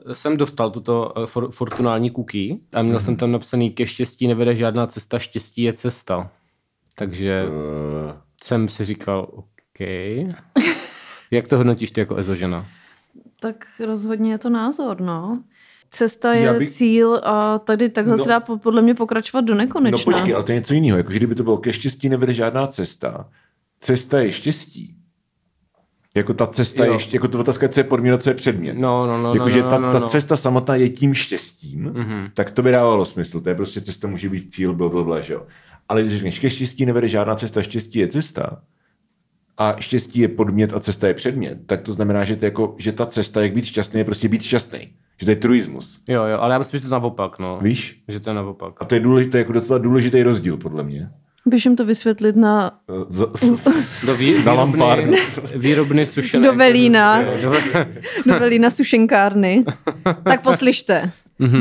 A: uh, jsem dostal tuto uh, for, fortunální cookie a
C: Mhm.
A: měl jsem tam napsaný ke štěstí nevede žádná cesta, štěstí je cesta. Takže
C: eh,
A: jsem si říkal, OK. Jak to hodnotíš ty jako ezožena?
B: Tak rozhodně je to názor, no. Cesta
C: Já
B: je
C: bych-
B: bych... cíl a tady takhle
C: No.
B: no. se dá po- podle mě pokračovat do
C: No
B: nekonečna.
C: počkej, ale to je něco jiného. Jako, že kdyby to bylo ke štěstí nevede žádná cesta. Cesta je štěstí. Jako ta cesta
A: Jo.
C: jo. je štěstí, jako to otázka, je, co je podmína, co je předmět.
A: No, no, no, no,
C: Jakože
A: no,
C: ta,
A: no,
C: ta
A: no. Mhm.
C: cesta samotná je tím štěstím, mm-hmm. tak to by dávalo smysl. To je prostě cesta, může být cíl, bla, bla, bla, že jo. Ale když řekneš, ke štěstí nevede žádná cesta, štěstí je cesta a štěstí je podmět a cesta je předmět, tak to znamená, že, to jako, že ta cesta, jak být šťastný, je prostě být šťastný. Že to je truismus.
A: Jo, jo, ale já myslím, že to je naopak, no.
C: Víš?
A: Že to je naopak.
C: A to je důležité, jako docela důležitý rozdíl, podle mě. Eh,
B: Běž jim to vysvětlit na...
C: Z, z, z,
A: Do vý,
C: na lampárnu.
A: výrobny, výrobny sušené.
B: Do Velína.
A: Jo, do-
B: Novely na sušenkárny. tak poslyšte.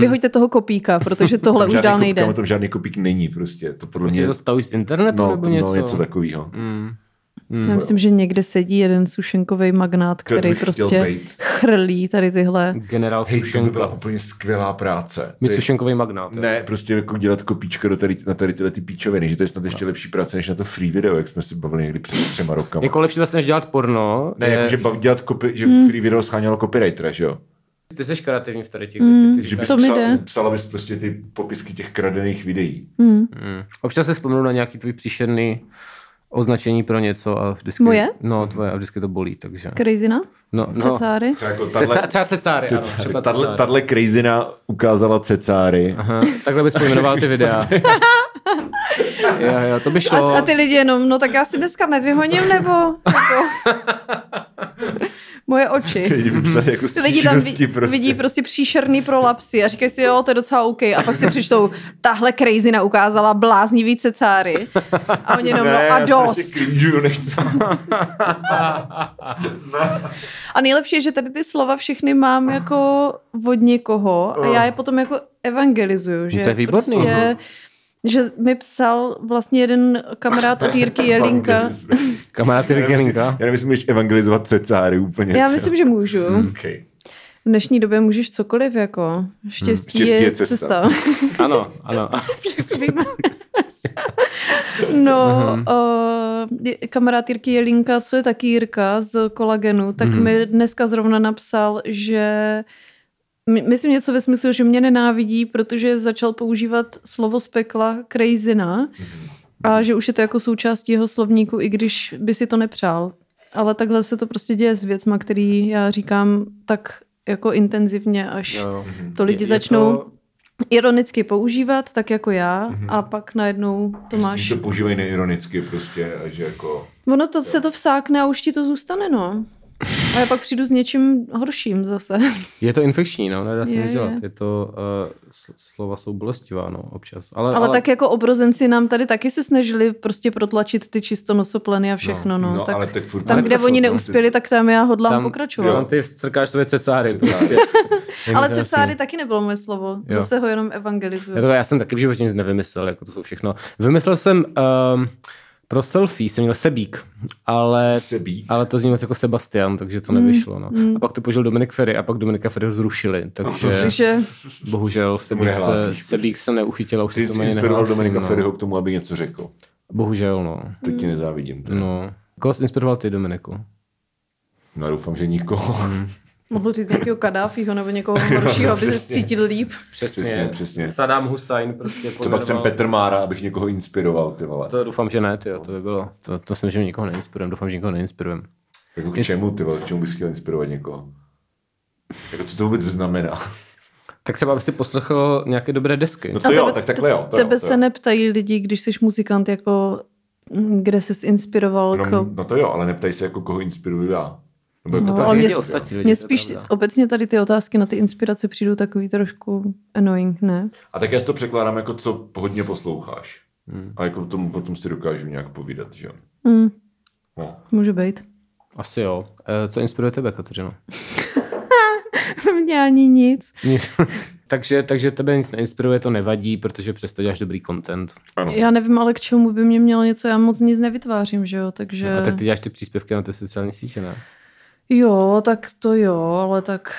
B: Vyhoďte toho kopíka, protože tohle už
C: Mhm. žádný
B: dál
C: kopík,
B: nejde.
C: Tam tam žádný kopík není prostě. To podle
A: Si
C: mě...
A: to staví z internetu
C: No,
A: nebo
C: to,
A: něco? Mm.
C: no, něco takového.
B: Já myslím, že někde sedí jeden sušenkový magnát,
C: Který
B: který
C: bych chtěl
B: prostě
C: být.
B: chrlí tady tyhle.
A: Generál
C: Hej, to by jako byla
A: Sušenka.
C: úplně skvělá práce.
A: Mít
C: Ty-
A: sušenkový magnát. jo.
C: Ne, prostě jako dělat kopíčka do tady, na tady tyhle ty píčoviny, že to je snad ještě lepší práce, než na to free video, jak jsme si bavili někdy před třema rokama.
A: Jako lepší vlastně, než dělat porno.
C: ne,
A: je-
C: jakože bav, dělat copy, že
B: Hmm.
C: free video schánělo copywritera, že jo?
A: Ty jsi kreativní v tady těch
B: Mm.
A: věcech. ty
C: Že
A: říkáš.
C: bys
B: To mi
C: psal,
B: jde.
C: psala bys prostě ty popisky těch kradených videí.
B: Hmm,
A: Mm. Občas se vzpomenu na nějaký tvůj příšerný označení pro něco a vždycky...
B: Moje?
A: No, tvoje a vždycky to bolí, takže...
B: Crazyna?
A: No, no.
B: Cecáry?
C: Třeba jako
A: Ceca,
C: tahle,
A: třeba cecáry, ano, třeba
C: tahle,
A: cecáry.
C: tahle crazina ukázala cecáry.
A: Aha, takhle bys pojmenoval ty videa. jo, jo, to by šlo.
B: A, a ty lidi jenom, no tak já si dneska nevyhoním, nebo... jako- Moje oči.
C: Lidi by psali jako
B: Ty lidi tam
C: stížnosti
B: vid,
C: prostě.
B: prostě. vidí prostě příšerný prolapsy a říkají si, jo, to je docela OK. A pak si přečtou, tahle crazyna ukázala bláznivý cecáry. A oni jenom,
C: Ne,
B: no a
C: já strašně
B: dost.
C: cringe'uju, nechci.
B: A nejlepší je, že tady ty slova všechny
A: Ah.
B: mám jako od někoho a já je potom jako evangelizuju. Že
A: No, To je výborný.
B: Prostě, že mi psal vlastně jeden kamarád od Jirky Jelinka.
A: Kamarád
C: Já nemyslím-
A: Rygelinka.
C: Já nevím, že evangelizovat cecáry úplně.
B: Já myslím, že můžu.
A: Hmm.
C: Okay.
B: V dnešní době můžeš cokoliv, jako. Štěstí,
C: Štěstí je
B: je
C: cesta.
B: cesta.
A: Ano, ano.
B: Víme. No, uh, kamarád Jirky Jelinka, co je taky Jirka z kolagenu, tak
A: Mhm.
B: mi dneska zrovna napsal, že my- myslím něco ve smyslu, že mě nenávidí, protože začal používat slovo z pekla crazyna a že už je to jako součástí jeho slovníku, i když by si to nepřál. Ale takhle se to prostě děje s věcma, který já říkám tak jako intenzivně, až
A: Jo, jo.
B: to lidi
A: Je- je
B: začnou
A: to- Mhm.
B: ironicky používat, tak jako já, mm-hmm. a pak najednou to máš.
C: Že to používají neironicky prostě a že jako...
B: Ono to se to vsákne a už ti to zůstane, no. A já pak přijdu s něčím horším zase.
A: Je to infekční, no, nedá se
B: Je,
A: nic dělat.
B: je.
A: Je to, uh, slova jsou bolestivá, no, občas. Ale,
B: Ale, tak jako obrozenci nám tady taky se snažili prostě protlačit ty čisto nosopleny a všechno, no. no tak
C: tak furt...
B: tam,
A: ale
B: kde
A: prošlo
B: oni
A: to,
B: neuspěli, tak tam já hodlám
A: tam,
B: pokračovat.
A: Tam ty strkáš svoje cecáry.
C: Cecáry.
A: Prostě.
B: Ale
A: Jasný.
B: cecáry taky nebylo moje slovo.
A: Jo.
B: Zase ho jenom
A: Já,
B: evangelizuju.
A: to, já jsem taky v životě nic nevymyslel, jako to jsou všechno. Vymyslel jsem um, pro selfie, jsem měl sebík, ale,
C: Sebík? Mm,
A: ale to zní moc jako Sebastian, takže to nevyšlo. No. A pak to požil Dominik Ferry a pak Dominika Ferry ho zrušili, takže
B: Takže
A: bohužel sebík se,
C: nehlásíš.
A: sebík se neuchytil a už
C: Ty
A: se
C: jsi
A: tomu ani
C: inspiroval
A: nehlásím.
C: Dominika
A: No.
C: Ferryho k tomu, aby něco řekl.
A: Bohužel, no.
C: Tak
B: Mm.
C: ti nezávidím. teda.
A: no. Koho jsi inspiroval ty, Dominiku?
C: No já doufám, že nikoho.
A: Mm.
B: mohl říct nějakého Kadáfího nebo někoho horšího, aby se
C: přesně.
B: cítil líp.
C: Přesně, přesně.
A: Saddam Hussein prostě
C: Co pak jsem Petr Mára, abych někoho inspiroval, ty vole.
A: To doufám, že ne, tyjo, to by bylo. To, to si myslím, že nikoho neinspirujeme, doufám, že nikoho neinspirujeme.
C: Jako k čemu, ty vole, k čemu bys chtěl inspirovat někoho? Jako co to vůbec znamená?
A: Tak třeba byste poslechl nějaké dobré desky.
C: No to jo, tak takhle jo. to jo,
B: tebe
C: to
B: se
C: jo.
B: neptají lidi, když jsi muzikant, jako mm, kde jsi inspiroval.
C: Jenom-
B: Jako,
C: No to jo, ale neptaj se, jako koho inspiruju já. Nebo jak to
B: No,
C: tak
B: ale
C: říct,
B: mě
C: jo?
A: ostatní lidi,
B: Mně
A: to je
B: spíš
A: pravda.
B: obecně tady ty otázky na ty inspirace přijdou takový trošku annoying, ne?
C: A tak já si to překládám jako, co hodně posloucháš.
A: Hmm.
C: A jako o tom, o tom si dokážu nějak povídat, že jo.
B: Mm,
C: No.
B: může být.
A: Asi jo. Eh, Co inspiruje tebe, Kateřino?
B: Mně ani nic.
A: Nic. takže, takže tebe nic neinspiruje, to nevadí, protože přesto děláš dobrý content.
C: Ano.
B: Já nevím, ale k čemu by mě mělo něco, já moc nic nevytvářím, že jo, takže...
C: No,
A: A tak ty děláš ty příspěvky na ty sociální sítě, ne?
B: Jo, tak to jo, ale tak...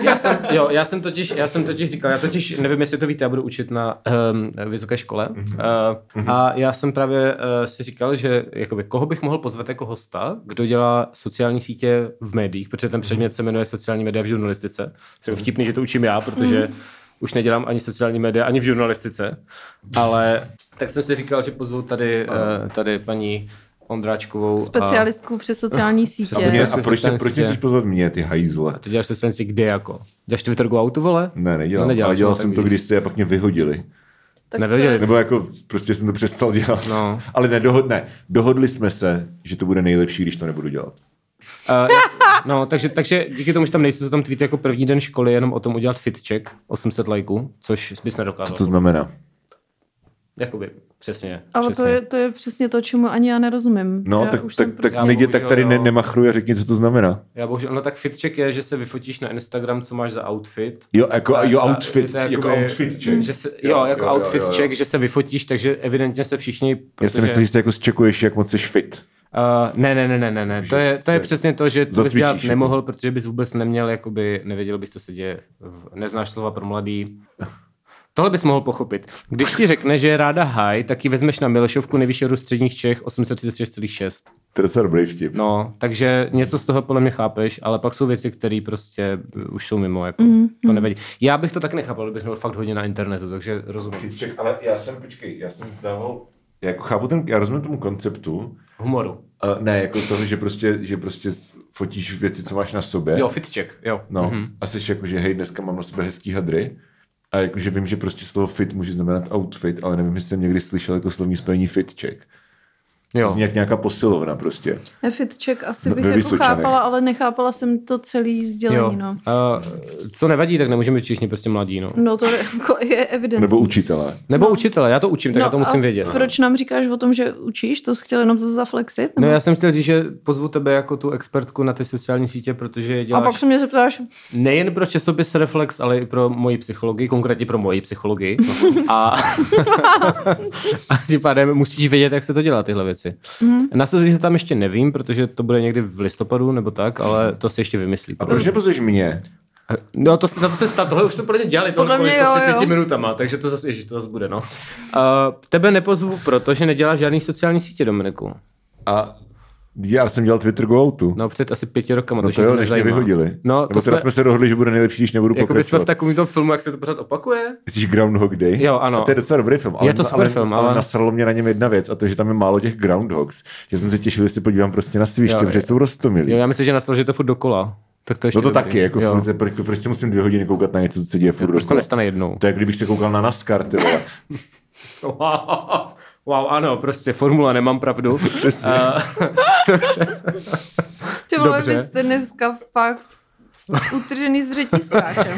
A: Já jsem, jo, já jsem, totiž, já jsem totiž říkal, já totiž nevím, jestli to víte, já budu učit na um, vysoké škole.
C: Mhm.
A: Uh, a já jsem právě uh, si říkal, že jakoby, koho bych mohl pozvat jako hosta, kdo dělá sociální sítě v médiích, protože ten předmět se jmenuje sociální média v žurnalistice. To
C: Mhm.
A: je vtipný, že to učím já, protože už nedělám ani sociální média, ani v žurnalistice. Ale tak jsem si říkal, že pozvu tady, uh, tady paní Ondráčkovou.
B: Specialistku přes sociální sítě.
A: Přesně.
C: Mě,
A: Já
C: a
A: jsem
C: proč,
A: se
C: proč
A: stane-
C: chceš pozvat mě, ty
A: A
C: hajzle?
A: ty děláš sociální sítě kde jako? Děláš Twitterku autu, vole?
C: Ne, nedělám,
A: No,
C: no,
A: neděláš,
C: ale dělal
A: no,
C: jsem
A: tak
C: to,
A: vidíš.
C: když se pak mě vyhodili.
B: Tak
A: Nevěděli.
B: to
C: Nebo jako prostě jsem to přestal dělat.
A: No.
C: Ale ne, dohod, ne, dohodli jsme se, že to bude nejlepší, když to nebudu dělat.
A: Uh, já- no, takže, takže díky tomu, že tam nejsi, jsou tam tweety jako první den školy, jenom o tom udělat fit check, 800 lajků, což bys nedokázal.
C: Co to znamená?
A: Jakoby, přesně.
B: Ale
A: přesně.
B: to je, to je přesně to, čemu ani já nerozumím.
C: No,
B: já
C: tak,
B: už
C: tak,
B: jsem
C: tak,
A: Já prostě
C: nejde,
A: bohužel,
C: tak tady ne,
A: jo.
C: nemachruj a řekni, co to znamená.
A: Já bohužel, no tak fit check je, že se vyfotíš na Instagram, co máš za outfit.
C: Jo, jako,
A: A-
C: jo,
A: a- je
C: outfit,
A: to
C: jako
A: jakoby-
C: outfit check.
A: Že se, jo, jo, jako
C: jo, jo,
A: outfit
C: jo, jo.
A: check, že se vyfotíš, takže evidentně se všichni...
C: Já si myslím, že se jako zčekuješ, jak moc jsi fit.
A: Uh, ne, ne, ne, ne, ne, ne. To
C: Že
A: je, to je
C: se
A: přesně to, že to bys
C: zacvičíš,
A: dělat
C: jako.
A: nemohl, protože bys vůbec neměl, jakoby, nevěděl bys, co se děje. V- Neznáš slova pro mladý. Tohle bys mohl pochopit. Když ti řekne, že je ráda high, tak ji vezmeš na Milešovku nejvyšší růst středních Čech 836,6.
C: To je docela dobrý vtip.
A: No, takže něco z toho podle mě chápeš, ale pak jsou věci, které prostě uh, už jsou mimo, jako mm, to nevadí. Já bych to tak nechápal, kdybych měl fakt hodně na internetu, takže rozumím.
C: Ček, ale já jsem, počkej, já jsem dával... Já jako chápu ten, já rozumím tomu konceptu,
A: Humoru.
C: uh, ne, jako toho, že prostě, že prostě s- fotíš věci, co máš na sobě.
A: Jo, Mhm. fit check, jo.
C: No, mm-hmm. a jsi jako, že hej, dneska mám na sebe hezký hadry. A jakože vím, že prostě slovo fit může znamenat outfit, ale nevím, jestli jsem někdy slyšel jako slovní spojení fit check. To
A: jo.
C: zní jak nějaká posilovna prostě.
B: Fitček asi
C: Ve
B: bych jako
C: Vysočanech.
B: chápala, ale nechápala jsem to celý sdělení, no.
A: Uh, to nevadí, tak nemůžeme být všichni prostě mladí, no.
B: No to jako je evidentní.
C: Nebo učitelé.
A: Nebo učitele, já to učím, tak já to musím
B: No. a
A: vědět. no.
B: proč nám říkáš o tom, že učíš? To jsi chtěl jenom zase zaflexit?
A: No
B: Nebo-
A: já jsem chtěl říct, že pozvu tebe jako tu expertku na ty sociální sítě, protože je
B: a
A: děláš
B: pak se mě zeptáš,
A: nejen pro časopis Reflex, ale i pro moji psychologii, konkrétně pro moji psychologii. A, a tím pádem musíš vědět, jak se to dělá, tyhle věci.
B: Mhm.
A: Na to se tam ještě nevím, protože to bude někdy v listopadu nebo tak, ale to se ještě vymyslí.
C: A proč nepozveš mě?
A: No to, se- na to se stalo, tohle už to podle mě dělali
B: Podle
A: tohle
B: mě
A: mě,
B: jo,
A: jo, před
B: jo.
A: pěti minutama, takže to zase, ježiš, to zase bude, no. Uh, tebe nepozvu, protože neděláš žádný sociální sítě, Dominiku.
C: A já jsem dělal Twitter go outu.
A: No před asi pěti rokama.
C: No to
A: všechny
C: jo, než mě
A: nezajímá.
C: vyhodili.
A: No
C: Nebo
A: to
C: teda
A: jsme,
C: jsme
A: jsme
C: se dohodli, že bude nejlepší, když nebudu
A: jako by jsme v
C: pokračovat.
A: takovém tom filmu, jak se to pořád opakuje.
C: Jsi Groundhog Day?
A: Jo, ano.
C: A to je docela dobrý film. Ale,
A: Je to super
C: ale,
A: film,
C: ale...
A: ale-
C: nasralo mě na něm jedna věc a to, že tam je málo těch Groundhogs. Že jsem se těšil, jestli podívám prostě na sviště,
A: Jo,
C: protože
A: jo.
C: jsou rostomilí.
A: Jo, já myslím, že nastalo, že je to furt dokola. Tak to ještě
C: No to
A: dobrý.
C: taky, jako
A: jo.
C: furt, se- proč, proč se musím dvě hodiny koukat na něco, co se děje furt
A: Proč to
C: dokola?
A: nestane jednou?
C: To je, jak kdybych se koukal na NASCAR, ty vole.
A: Wow, wow, ano, prostě formule, nemám pravdu.
C: Přesně. Jako
A: Eh,
B: ty vole,
A: Dobře.
B: vy jste dneska fakt utržený z řetiskáče.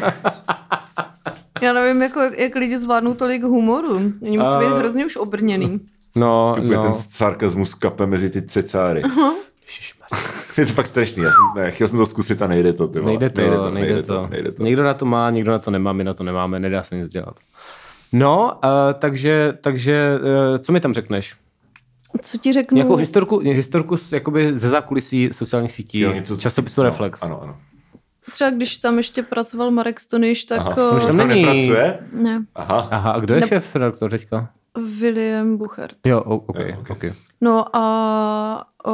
B: Já nevím, jako, jak, jak lidi zvládnou tolik humoru. Oni musí být
A: A-
B: hrozně už obrněný.
A: no,
C: Jako je
A: no.
C: ten sarkazmus kape mezi ty cecáry. je to fakt strašný, já jsem, ne, chtěl jsem to zkusit a nejde to, ty vole.
A: Nejde to, nejde to, nejde to.
C: nejde to.
A: Někdo na to má, někdo na to nemá, my na to nemáme, nedá se nic dělat. No, uh, takže, takže uh, co mi tam řekneš?
B: Co ti řeknu?
A: Nějakou historku, historku z, jakoby ze zákulisí sociálních sítí,
C: Jo,
A: jo,
C: něco, co- no,
A: časopisu Reflex.
C: Ano, ano.
B: Třeba když tam ještě pracoval Marek Stonyš, tak...
C: Aha.
B: eh,
A: Už tam
C: tam
A: není.
C: nepracuje?
B: Ne,
C: Aha.
A: Aha, a kdo je
B: Ne-
A: šéf redaktor teďka?
B: William Buchert.
A: Jo, o- OK,
C: Jo,
A: OK.
B: No a, o,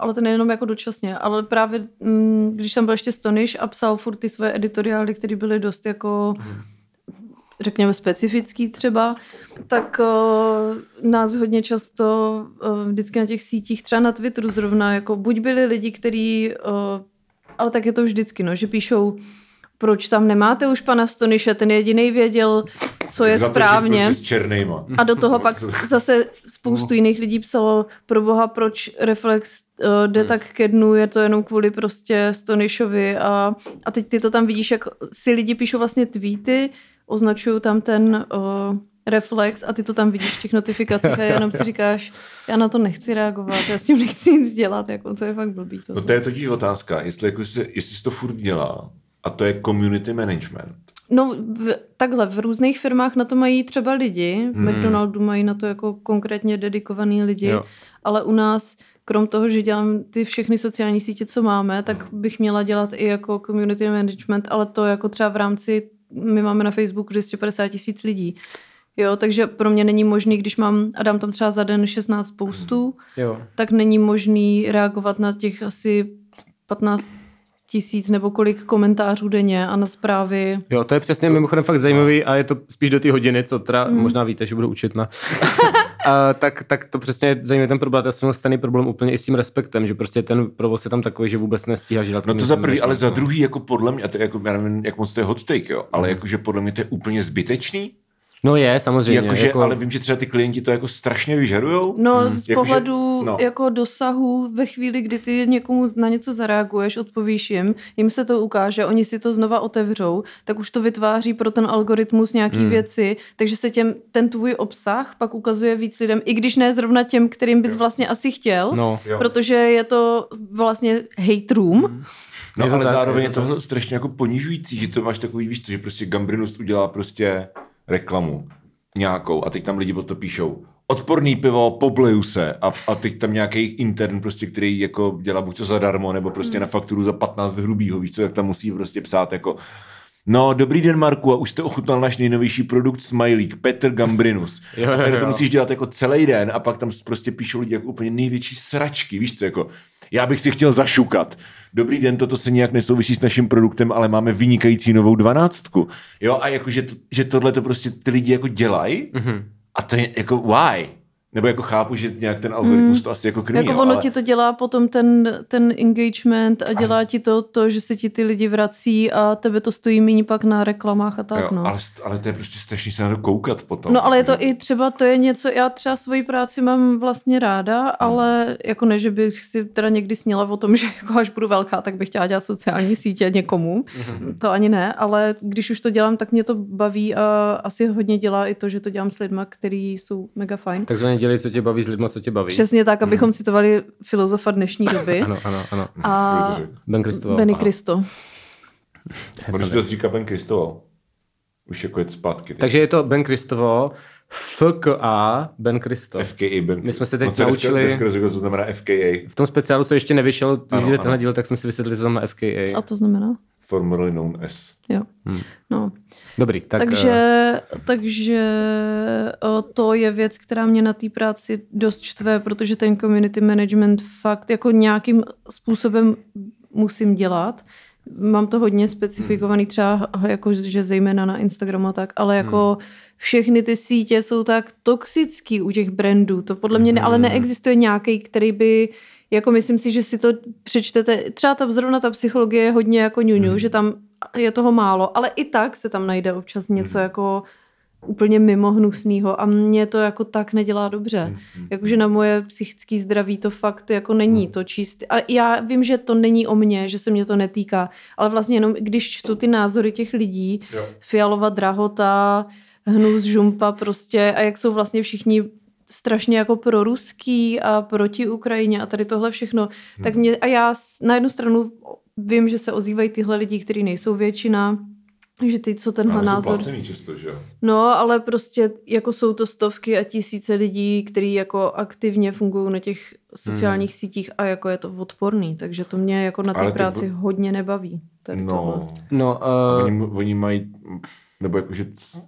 B: ale to nejenom jako dočasně, ale právě mm, když tam byl ještě Stonish a psal furt ty svoje editoriály, které byly dost jako řekněme specifický třeba, tak uh, nás hodně často uh, vždycky na těch sítích, třeba na Twitteru zrovna, jako buď byli lidi, kteří, uh, ale tak je to vždycky, no, že píšou proč tam nemáte už pana Stonyše, ten jediný věděl, co je
C: Zatočit
B: správně.
C: Prostě s černejma.
B: A do toho pak zase spoustu
C: No.
B: jiných lidí psalo, pro boha, proč Reflex uh,
C: Hmm.
B: jde tak ke dnu, je to jenom kvůli prostě Stonishovi a, a teď ty to tam vidíš, jak si lidi píšou vlastně tweety, označují tam ten uh, Reflex a ty to tam vidíš v těch notifikacích a jenom si říkáš, já na to nechci reagovat, já s tím nechci nic dělat, jako to je fakt blbý. To.
C: No to je totiž otázka, jestli, jako se, jestli se to furt dělá a to je community management.
B: No v, takhle, v různých firmách na to mají třeba lidi, v
C: Hmm.
B: McDonaldu mají na to jako konkrétně dedikovaný lidi,
A: Jo.
B: ale u nás, krom toho, že dělám ty všechny sociální sítě, co máme, tak bych měla dělat i jako community management, ale to jako třeba v rámci, my máme na Facebooku 250 tisíc lidí, jo, takže pro mě není možný, když mám a dám tam třeba za den 16 postů,
A: Jo.
B: tak není možný reagovat na těch asi 15 tisíc nebo kolik komentářů denně a na zprávy
A: Jo, to je přesně mimochodem fakt zajímavý a je to spíš do té hodiny, co teda
B: Mm.
A: hmm. možná víte, že budu učit na. a, tak, tak to přesně je zajímavý ten problém. Já jsem měl stejný problém úplně i s tím respektem, že prostě ten provoz je tam takový, že vůbec nestíháš dělat.
C: No to za
A: community
C: prvý, ale za
A: management, no. Mhm.
C: druhý, jako podle mě, a to je jako, já nevím, jak moc to je hot take, jo, ale jakože podle mě to je úplně zbytečný,
A: No je, samozřejmě.
C: jakože, jako... ale vím, že třeba ty klienti to jako strašně vyžadujou.
B: No, hmm. z
C: Jakože-
B: pohledu
C: no.
B: jako, jako dosahu ve chvíli, kdy ty někomu na něco zareaguješ, odpovíš jim, jim se to ukáže, oni si to znova otevřou, tak už to vytváří pro ten algoritmus nějaký hmm. věci, takže se těm ten tvůj obsah pak ukazuje víc lidem, i když ne zrovna těm, kterým bys vlastně asi chtěl,
A: No.
C: Jo.
B: protože je to vlastně hate room. Hmm.
C: No,
A: Je to
C: ale
A: tak,
C: zároveň
A: je
C: je
A: to
C: to strašně jako ponižující, že to máš takový, víš co, že prostě Gambrinus udělá prostě reklamu nějakou a teď tam lidi pod to píšou odporný pivo, pobleju se a, a teď tam nějaký intern prostě, který jako dělá buď to zadarmo, nebo
A: Hmm.
C: prostě na fakturu za 15 hrubýho, víš co, tak tam musí prostě psát jako No, dobrý den, Marku, a už jste ochutnal náš nejnovější produkt Smilík, Petr Gambrinus.
A: Jo, jo,
C: Takže to
A: jo.
C: musíš dělat jako celý den a pak tam prostě píšou lidi jako úplně největší sračky, víš co, jako já bych si chtěl zašukat. Dobrý den, toto se nějak nesouvisí s naším produktem, ale máme vynikající novou dvanáctku. Jo, a jako, že, to, že tohle to prostě ty lidi jako dělají mm-hmm. a to je jako why? Nebo jako chápu, že nějak ten algoritmus mm. to asi jako krmí,
B: Jako
C: jo,
B: ono
C: ale...
B: ti to dělá potom ten, ten engagement a dělá ti to to, že se ti ty lidi vrací a tebe to stojí méně pak na reklamách a tak.
C: jo,
B: no.
C: ale, ale to je prostě strašně se na to koukat potom.
B: No ale je to
C: Takže-
B: i třeba, to je něco, já třeba svoji práci mám vlastně ráda, ale jako ne, že bych si teda někdy snila o tom, že jako až budu velká, tak bych chtěla dělat sociální sítě někomu, to ani ne, ale když už to dělám, tak mě to baví a asi hodně dělá i to, že to dělám s lidma, který jsou mega fajn.
A: Takzvaně dělej, co tě baví s lidma, co tě baví.
B: Přesně tak, abychom citovali filozofa dnešní doby.
A: Ano, ano, ano.
B: A
C: Kdo to řekl?
A: Ben Kristoval.
B: Benny
A: Aha.
B: Kristo.
C: Proč se zase říká Ben Kristoval? Už jako je zpátky. teď.
A: Takže je to Ben Kristovo, FKA Ben Kristo.
C: FKA Ben.
A: My jsme se teď
C: se dneska-
A: naučili-
C: Dneska, dneska co znamená FKA,
A: V tom speciálu, co ještě nevyšel, když
C: Ano,
A: jde
C: ano.
A: tenhle díl, tak jsme si vysvětlili, co znamená FKA.
B: A to znamená?
C: formerly known as.
B: Jo. No.
A: Dobrý, tak... eh,
B: takže, takže o, to je věc, která mě na té práci dost čtve, protože ten community management fakt jako nějakým způsobem musím dělat. Mám to hodně
A: Hmm.
B: specifikovaný třeba jako, že zejména na Instagramu a tak, ale jako všechny ty sítě jsou tak toxický u těch brandů. To podle mě, ne,
A: Hmm.
B: ale neexistuje nějaký, který by jako myslím si, že si to přečtete, třeba tam zrovna ta psychologie je hodně jako ňuňu, že tam je toho málo, ale i tak se tam najde občas něco jako úplně mimo hnusného a mě to jako tak nedělá dobře. Jakože na moje psychické zdraví to fakt jako není to číst. A já vím, že to není o mně, že se mě to netýká, ale vlastně jenom když čtu ty názory těch lidí,
C: Jo.
B: fialová drahota, hnus, žumpa prostě a jak jsou vlastně všichni strašně jako proruský a proti Ukrajině a tady tohle všechno, hmm. tak mě, a já s- na jednu stranu vím, že se ozývají tyhle lidi, kteří nejsou většina, že ty, co tenhle
C: Ale jsou
B: názor...
C: placený často, že jo?
B: No, ale prostě jako jsou to stovky a tisíce lidí, kteří jako aktivně fungují na těch sociálních hmm. sítích a jako je to odporný, takže to mě jako na té
C: Ale ty
B: práci
C: bu-
B: hodně nebaví. Tady tohle.
C: No,
A: No, uh,
C: oni, oni mají, nebo jakože c-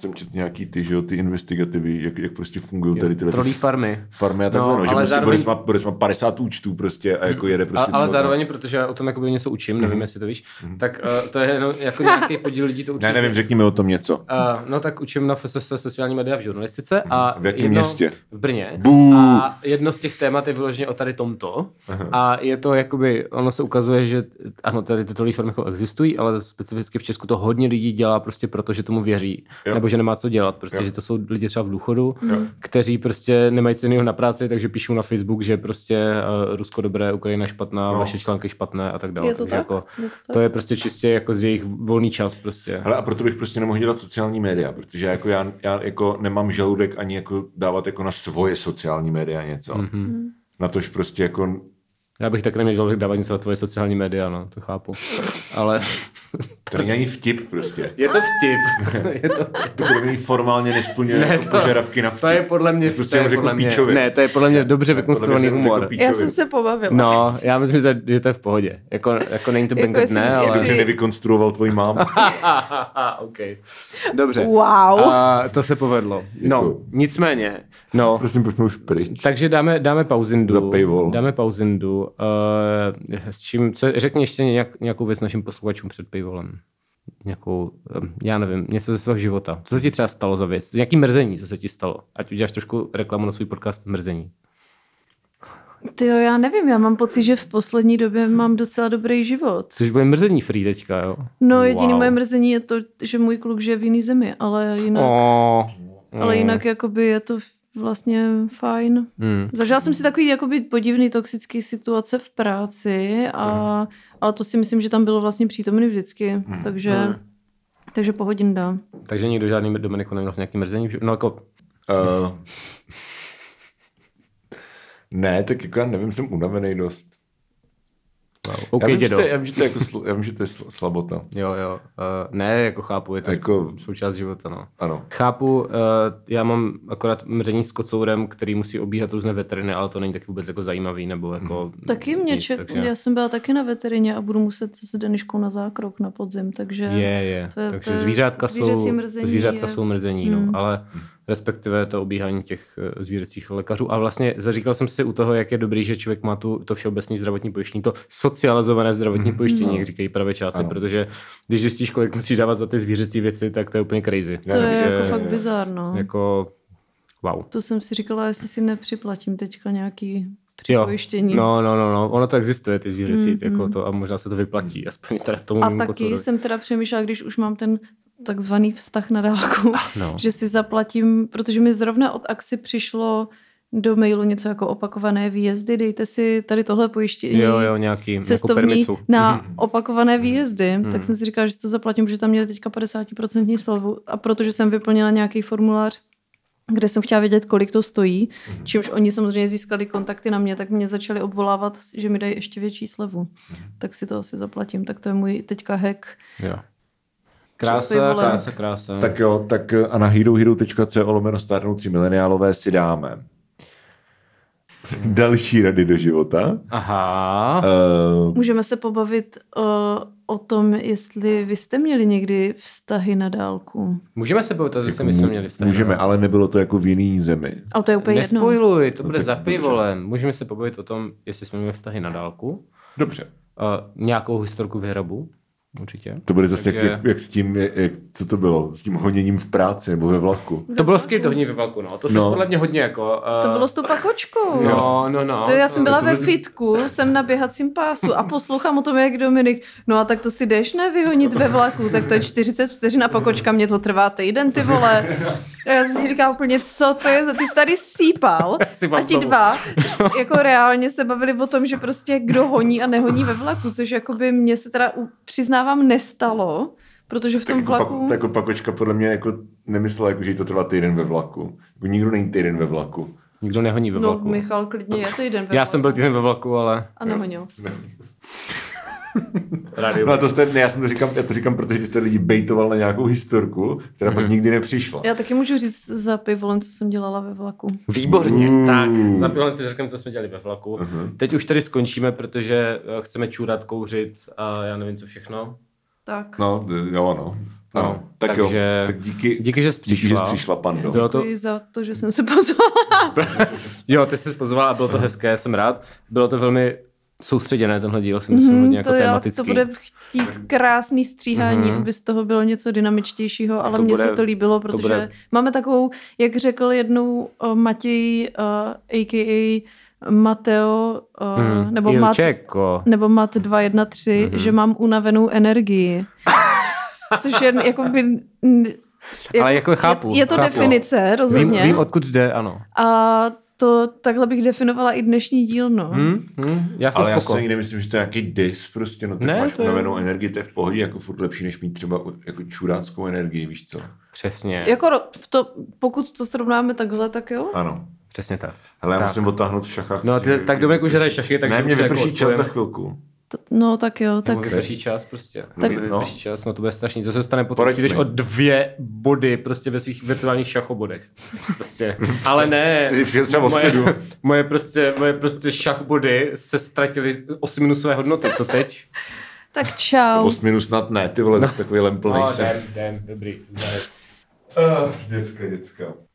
C: jsem četl nějaký ty, že jo, ty investigativy, jak, jak prostě fungují tady tyhle
A: trolí
C: ty
A: farmy.
C: farmy a takhle,
A: No,
C: no, no, že
A: ale
C: prostě
A: zároveň-
C: zároveň... Boris, má, Boris má 50 účtů prostě a jako jede prostě
A: A, ale
C: celou-
A: zároveň, protože já o tom jakoby něco učím, nevím, jestli to víš, tak uh, to je jenom jako nějaký podíl lidí to učí.
C: Ne, nevím, řekni mi o tom něco.
A: Uh, no tak učím na FSS sociální média v žurnalistice a
C: V jakém městě?
A: V Brně.
C: Bú!
A: A jedno z těch témat je vyloženě o tady tomto. Aha. A je to jakoby, ono se ukazuje, že ano, tady tyto firmy jako existují, ale specificky v Česku to hodně lidí dělá prostě proto, že tomu věří.
C: Jo,
A: nebo jako, že nemá co dělat, prostě,
C: Jo.
A: že to jsou lidi třeba v důchodu,
C: Jo.
A: kteří prostě nemají co jiného na práci, takže píšou na Facebook, že prostě uh, Rusko dobré, Ukrajina špatná,
C: No.
A: no. vaše články špatné a tak dále.
B: Je to
A: takže
B: tak?
A: Jako,
B: Je to tak?
A: to je prostě čistě jako z jejich volný čas prostě.
C: Hele, a proto bych prostě nemohl dělat sociální média, protože jako já, já jako nemám žaludek ani jako dávat jako na svoje sociální média něco.
A: Mhm.
C: Mm-hmm. Na tož prostě jako
A: Já bych tak neměl žaludek dávat nic na tvoje sociální média, no, to chápu. Ale
C: to není ani vtip prostě.
A: je to vtip. je to,
C: To podle mě formálně nesplňuje
A: Ne,
C: jako
A: to-
C: požadavky na vtip.
A: to je podle mě,
C: Prostě
A: to je
C: jenom řekl
A: podle mě
C: píčově.
A: ne, to je podle mě dobře vykonstruovaný
C: Podle mě jsem
A: humor.
C: řekl píčově.
B: Já jsem se pobavila.
A: No, já myslím, že to je, že to je v pohodě. Jako, jako není to
B: Jako
A: bank
B: jestli-
A: ne,
B: jestli-
A: ale...
C: Že nevykonstruoval tvoji mámu.
A: No. OK. Dobře.
B: Wow.
A: A to se povedlo. No,
C: Děkuju.
A: nicméně. No,
C: Prosím, pojďme už pryč.
A: takže dáme, dáme pauzindu.
C: Za paywall.
A: Dáme pauzindu. Uh, s čím, co, řekni ještě nějak, nějakou věc našim posluchačům před paywallem. Nějakou, ehm, já nevím, něco ze svého života. Co se ti třeba stalo za věc? Nějaký mrzení, co se ti stalo? Ať uděláš trošku reklamu na svůj podcast Mrzení.
B: Ty jo, já nevím, já mám pocit, že v poslední době mám docela dobrý život.
A: Což bude mrzení free teďka, jo?
B: No, jediné
A: Wow.
B: moje mrzení je to, že můj kluk žije v jiný zemi, ale jinak, oh.
A: Oh.
B: ale jinak jakoby je to vlastně fajn.
A: Mm.
B: Zažila jsem si takový jakoby podivný toxický situace v práci,
A: Hmm.
B: a, ale to si myslím, že tam bylo vlastně přítomný vždycky, takže,
A: Mm.
B: takže pohodin dá.
A: Takže nikdo žádný Dominiku neměl nějaký mrzení? No jako,
C: Uh, ne, tak jako já nevím, jsem unavený dost.
A: wow. OK,
C: já, vím, že
A: dědo.
C: to, je- já vím, že to je jako sl, já vím, že to je sl, slabota.
A: Jo, jo. Uh, ne, jako chápu, je to
C: Jako-
A: jako... součást života, no.
C: Ano.
A: Chápu, uh, já mám akorát mření s kocourem, který musí obíhat různé veteriny, ale to není taky vůbec jako zajímavý, nebo jako...
B: Mhm. Taky mě
A: nic,
B: ček,
A: takže-
B: já jsem byla taky na veterině a budu muset s Deniškou na zákrok na podzim, takže...
A: Je, je.
B: To je-
A: Takže
B: to je-
A: zvířátka,
B: zvířecí
A: jsou,
B: mrzení
A: zvířátka
B: je-
A: jsou mrzení,
B: Mm.
A: no, ale respektive to obíhání těch eh, zvířecích lékařů. A vlastně zaříkal jsem si u toho, jak je dobrý, že člověk má tu, to všeobecné zdravotní pojištění, to socializované
B: Mhm.
A: zdravotní pojištění,
B: No.
A: jak říkají pravičáci,
C: Ano.
A: protože když zjistíš, kolik musíš dávat za ty zvířecí věci, tak to je úplně crazy.
B: To je
A: Takže
B: jako fakt bizár, no.
A: Jako, wow.
B: To jsem si říkala, jestli si nepřiplatím teďka nějaký
A: Jo.
B: připojištění.
A: No, no, no, no, ono to existuje, ty zvířecí, mm, jako to, a možná se to vyplatí, aspoň teda tomu
B: A
A: mému
B: taky
A: kocourovi.
B: jsem teda přemýšlela, když už mám ten takzvaný vztah na dálku,
A: No.
B: že si zaplatím, protože mi zrovna od Axi přišlo do mailu něco jako opakované výjezdy, dejte si tady tohle pojištění
A: Jo, jo, nějaký, jako
B: cestovní
A: permicu.
B: na opakované výjezdy, tak jsem si říkala, že si to zaplatím, protože tam měli teďka 50% slevu a protože jsem vyplnila nějaký formulář, kde jsem chtěla vědět, kolik to stojí, čímž oni samozřejmě získali kontakty na mě, tak mě začali obvolávat, že mi dají ještě větší slevu. Tak si to asi zaplatím, tak to je můj teďka hack.
A: Jo. Krása,
B: paywallem.
A: krása, krása.
C: Tak jo, tak eh, a na herohero.co lomeno stárnoucí mileniálové si dáme
A: Hmm.
C: další rady do života.
A: Aha.
C: Uh,
B: Můžeme se pobavit uh, o tom, jestli vy jste měli někdy vztahy na dálku.
A: Můžeme se bavit o tom, co my jsme měli no. vztah.
C: jako Můžeme, ale nebylo to jako v jiný zemi.
B: Ale to je úplně jedno.
A: Nespojluj, to bude
C: tak
A: za
C: dobře.
A: pivolem. Můžeme se pobavit o tom, jestli jsme měli vztahy na dálku.
C: Dobře.
A: Uh, nějakou historku vyhrabu, určitě.
C: To bude zase
A: Takže-
C: jak, jak, s tím, jak, co to bylo, s tím honěním v práci nebo ve vlaku.
A: To bylo s tím dohní ve vlaku, no. To se
C: No.
A: podle mě hodně jako... Uh,
B: To bylo s tou pakočkou.
A: No, no, no.
B: To já jsem byla
C: to
B: ve
C: bylo-
B: fitku, jsem na běhacím pásu a poslouchám o tom, jak Dominik, no a tak to si jdeš ne vyhonit ve vlaku, tak to je 40 vteřin a pakočka, mě to trvá týden, ty vole. A já jsem si říkala úplně, co to je za ty jsi tady sípal
A: Sípal
B: a ti
A: znovu.
B: dva jako reálně se bavili o tom, že prostě kdo honí a nehoní ve vlaku, což jakoby mě se teda u- přiznávám nestalo, protože v tom
C: Jako, pak,
B: vlaku...
C: tak jako pakočka podle mě jako nemyslela, jako, že jí to trvá týden ve vlaku. Jako, nikdo není týden ve vlaku.
A: Nikdo nehoní ve
B: No
A: vlaku.
B: Michal, klidně je týden ve
A: já
B: vlaku.
A: jsem byl týden ve vlaku, ale...
B: A nehonil.
A: Radio.
C: No a to jste, ne, já, jsem to říkám, já to říkám, protože ty jste lidi bejtoval na nějakou historku, která mm-hmm.
A: Mhm.
C: pak nikdy nepřišla.
B: Já taky můžu říct za pivolem, co jsem dělala ve vlaku.
A: Výborně.
C: Mm. Mhm.
A: Tak, zapil si řekneme, co jsme dělali ve vlaku. Uh-huh. Teď už tady skončíme, protože eh, chceme čůrat, kouřit a já nevím, co všechno.
B: Tak.
C: No, d- jo, ano.
A: No,
C: ano. Tak
A: takže-
C: jo, tak díky,
A: díky, že jsi
C: Díky, že
A: přišla.
C: jsi přišla, pando.
A: Bylo to,
B: Děkuji za to, že jsem se pozvala.
A: jo, ty jsi pozval a bylo
C: Mhm.
A: to hezké, jsem rád. Bylo to velmi soustředěné tenhle díl, si myslím, hodně jako
B: Mhm, to, já,
A: tematický.
B: to bude
A: Mhm.
B: chtít krásný stříhání, mm-hmm. aby z toho bylo něco dynamičtějšího, ale
A: to
B: mně
A: bude-
B: se to líbilo, protože
A: bude-
B: máme takovou, jak řekl jednou uh, Matěj, uh, a.k.a. Mateo, uh,
A: Hmm.
B: nebo Mat,
A: Ilčeko.
B: nebo Mat
A: Mhm.
B: 213, mm-hmm. že mám unavenou energii. Což je jako by
A: Ale jako chápu.
B: Je, je to
A: chápu.
B: definice, rozhodně.
A: Vím, vím, odkud jde, ano.
B: A to takhle bych definovala i dnešní díl, no.
A: Hm, hm, já jsem
C: Ale já si
A: spoko.
C: ani nemyslím, že to je nějaký dis, prostě, no tak
A: Ne,
C: máš
A: to je-
C: unavenou energii, to je v pohodě, jako furt lepší, než mít třeba jako čuráckou energii, víš co?
A: Přesně,
B: Jako ro- v to, pokud to srovnáme takhle, tak jo.
C: Ano.
A: přesně tak.
C: Hele, já
A: Tak.
C: musím otáhnout v šachách.
A: No a ty-
C: protože
A: tak Dominik už hraje šachy, takže
C: Ne, mě
A: už se jako
C: vyprší čas
A: odpojím.
C: za chvilku.
B: To, no tak jo, tak
A: Tak vyprší čas prostě.
B: Tak-
A: Tak vyprší čas, no to bude strašný. To se stane potom,
C: Poraď
A: přijdeš
C: mi.
A: o dvě body prostě ve svých virtuálních šachobodech. Prostě. Ale ne.
C: Jsi přijel třeba o
A: moje,
C: sedm.
A: moje, prostě, moje prostě šachbody se ztratily 8 minusové hodnoty. Co teď?
B: tak čau.
C: 8 minut snad ne, ty vole, zase takový lemplnej
A: No,
C: jsem.
A: den, den, dobrý. Zajec.
C: Ah, Děcka, děcka.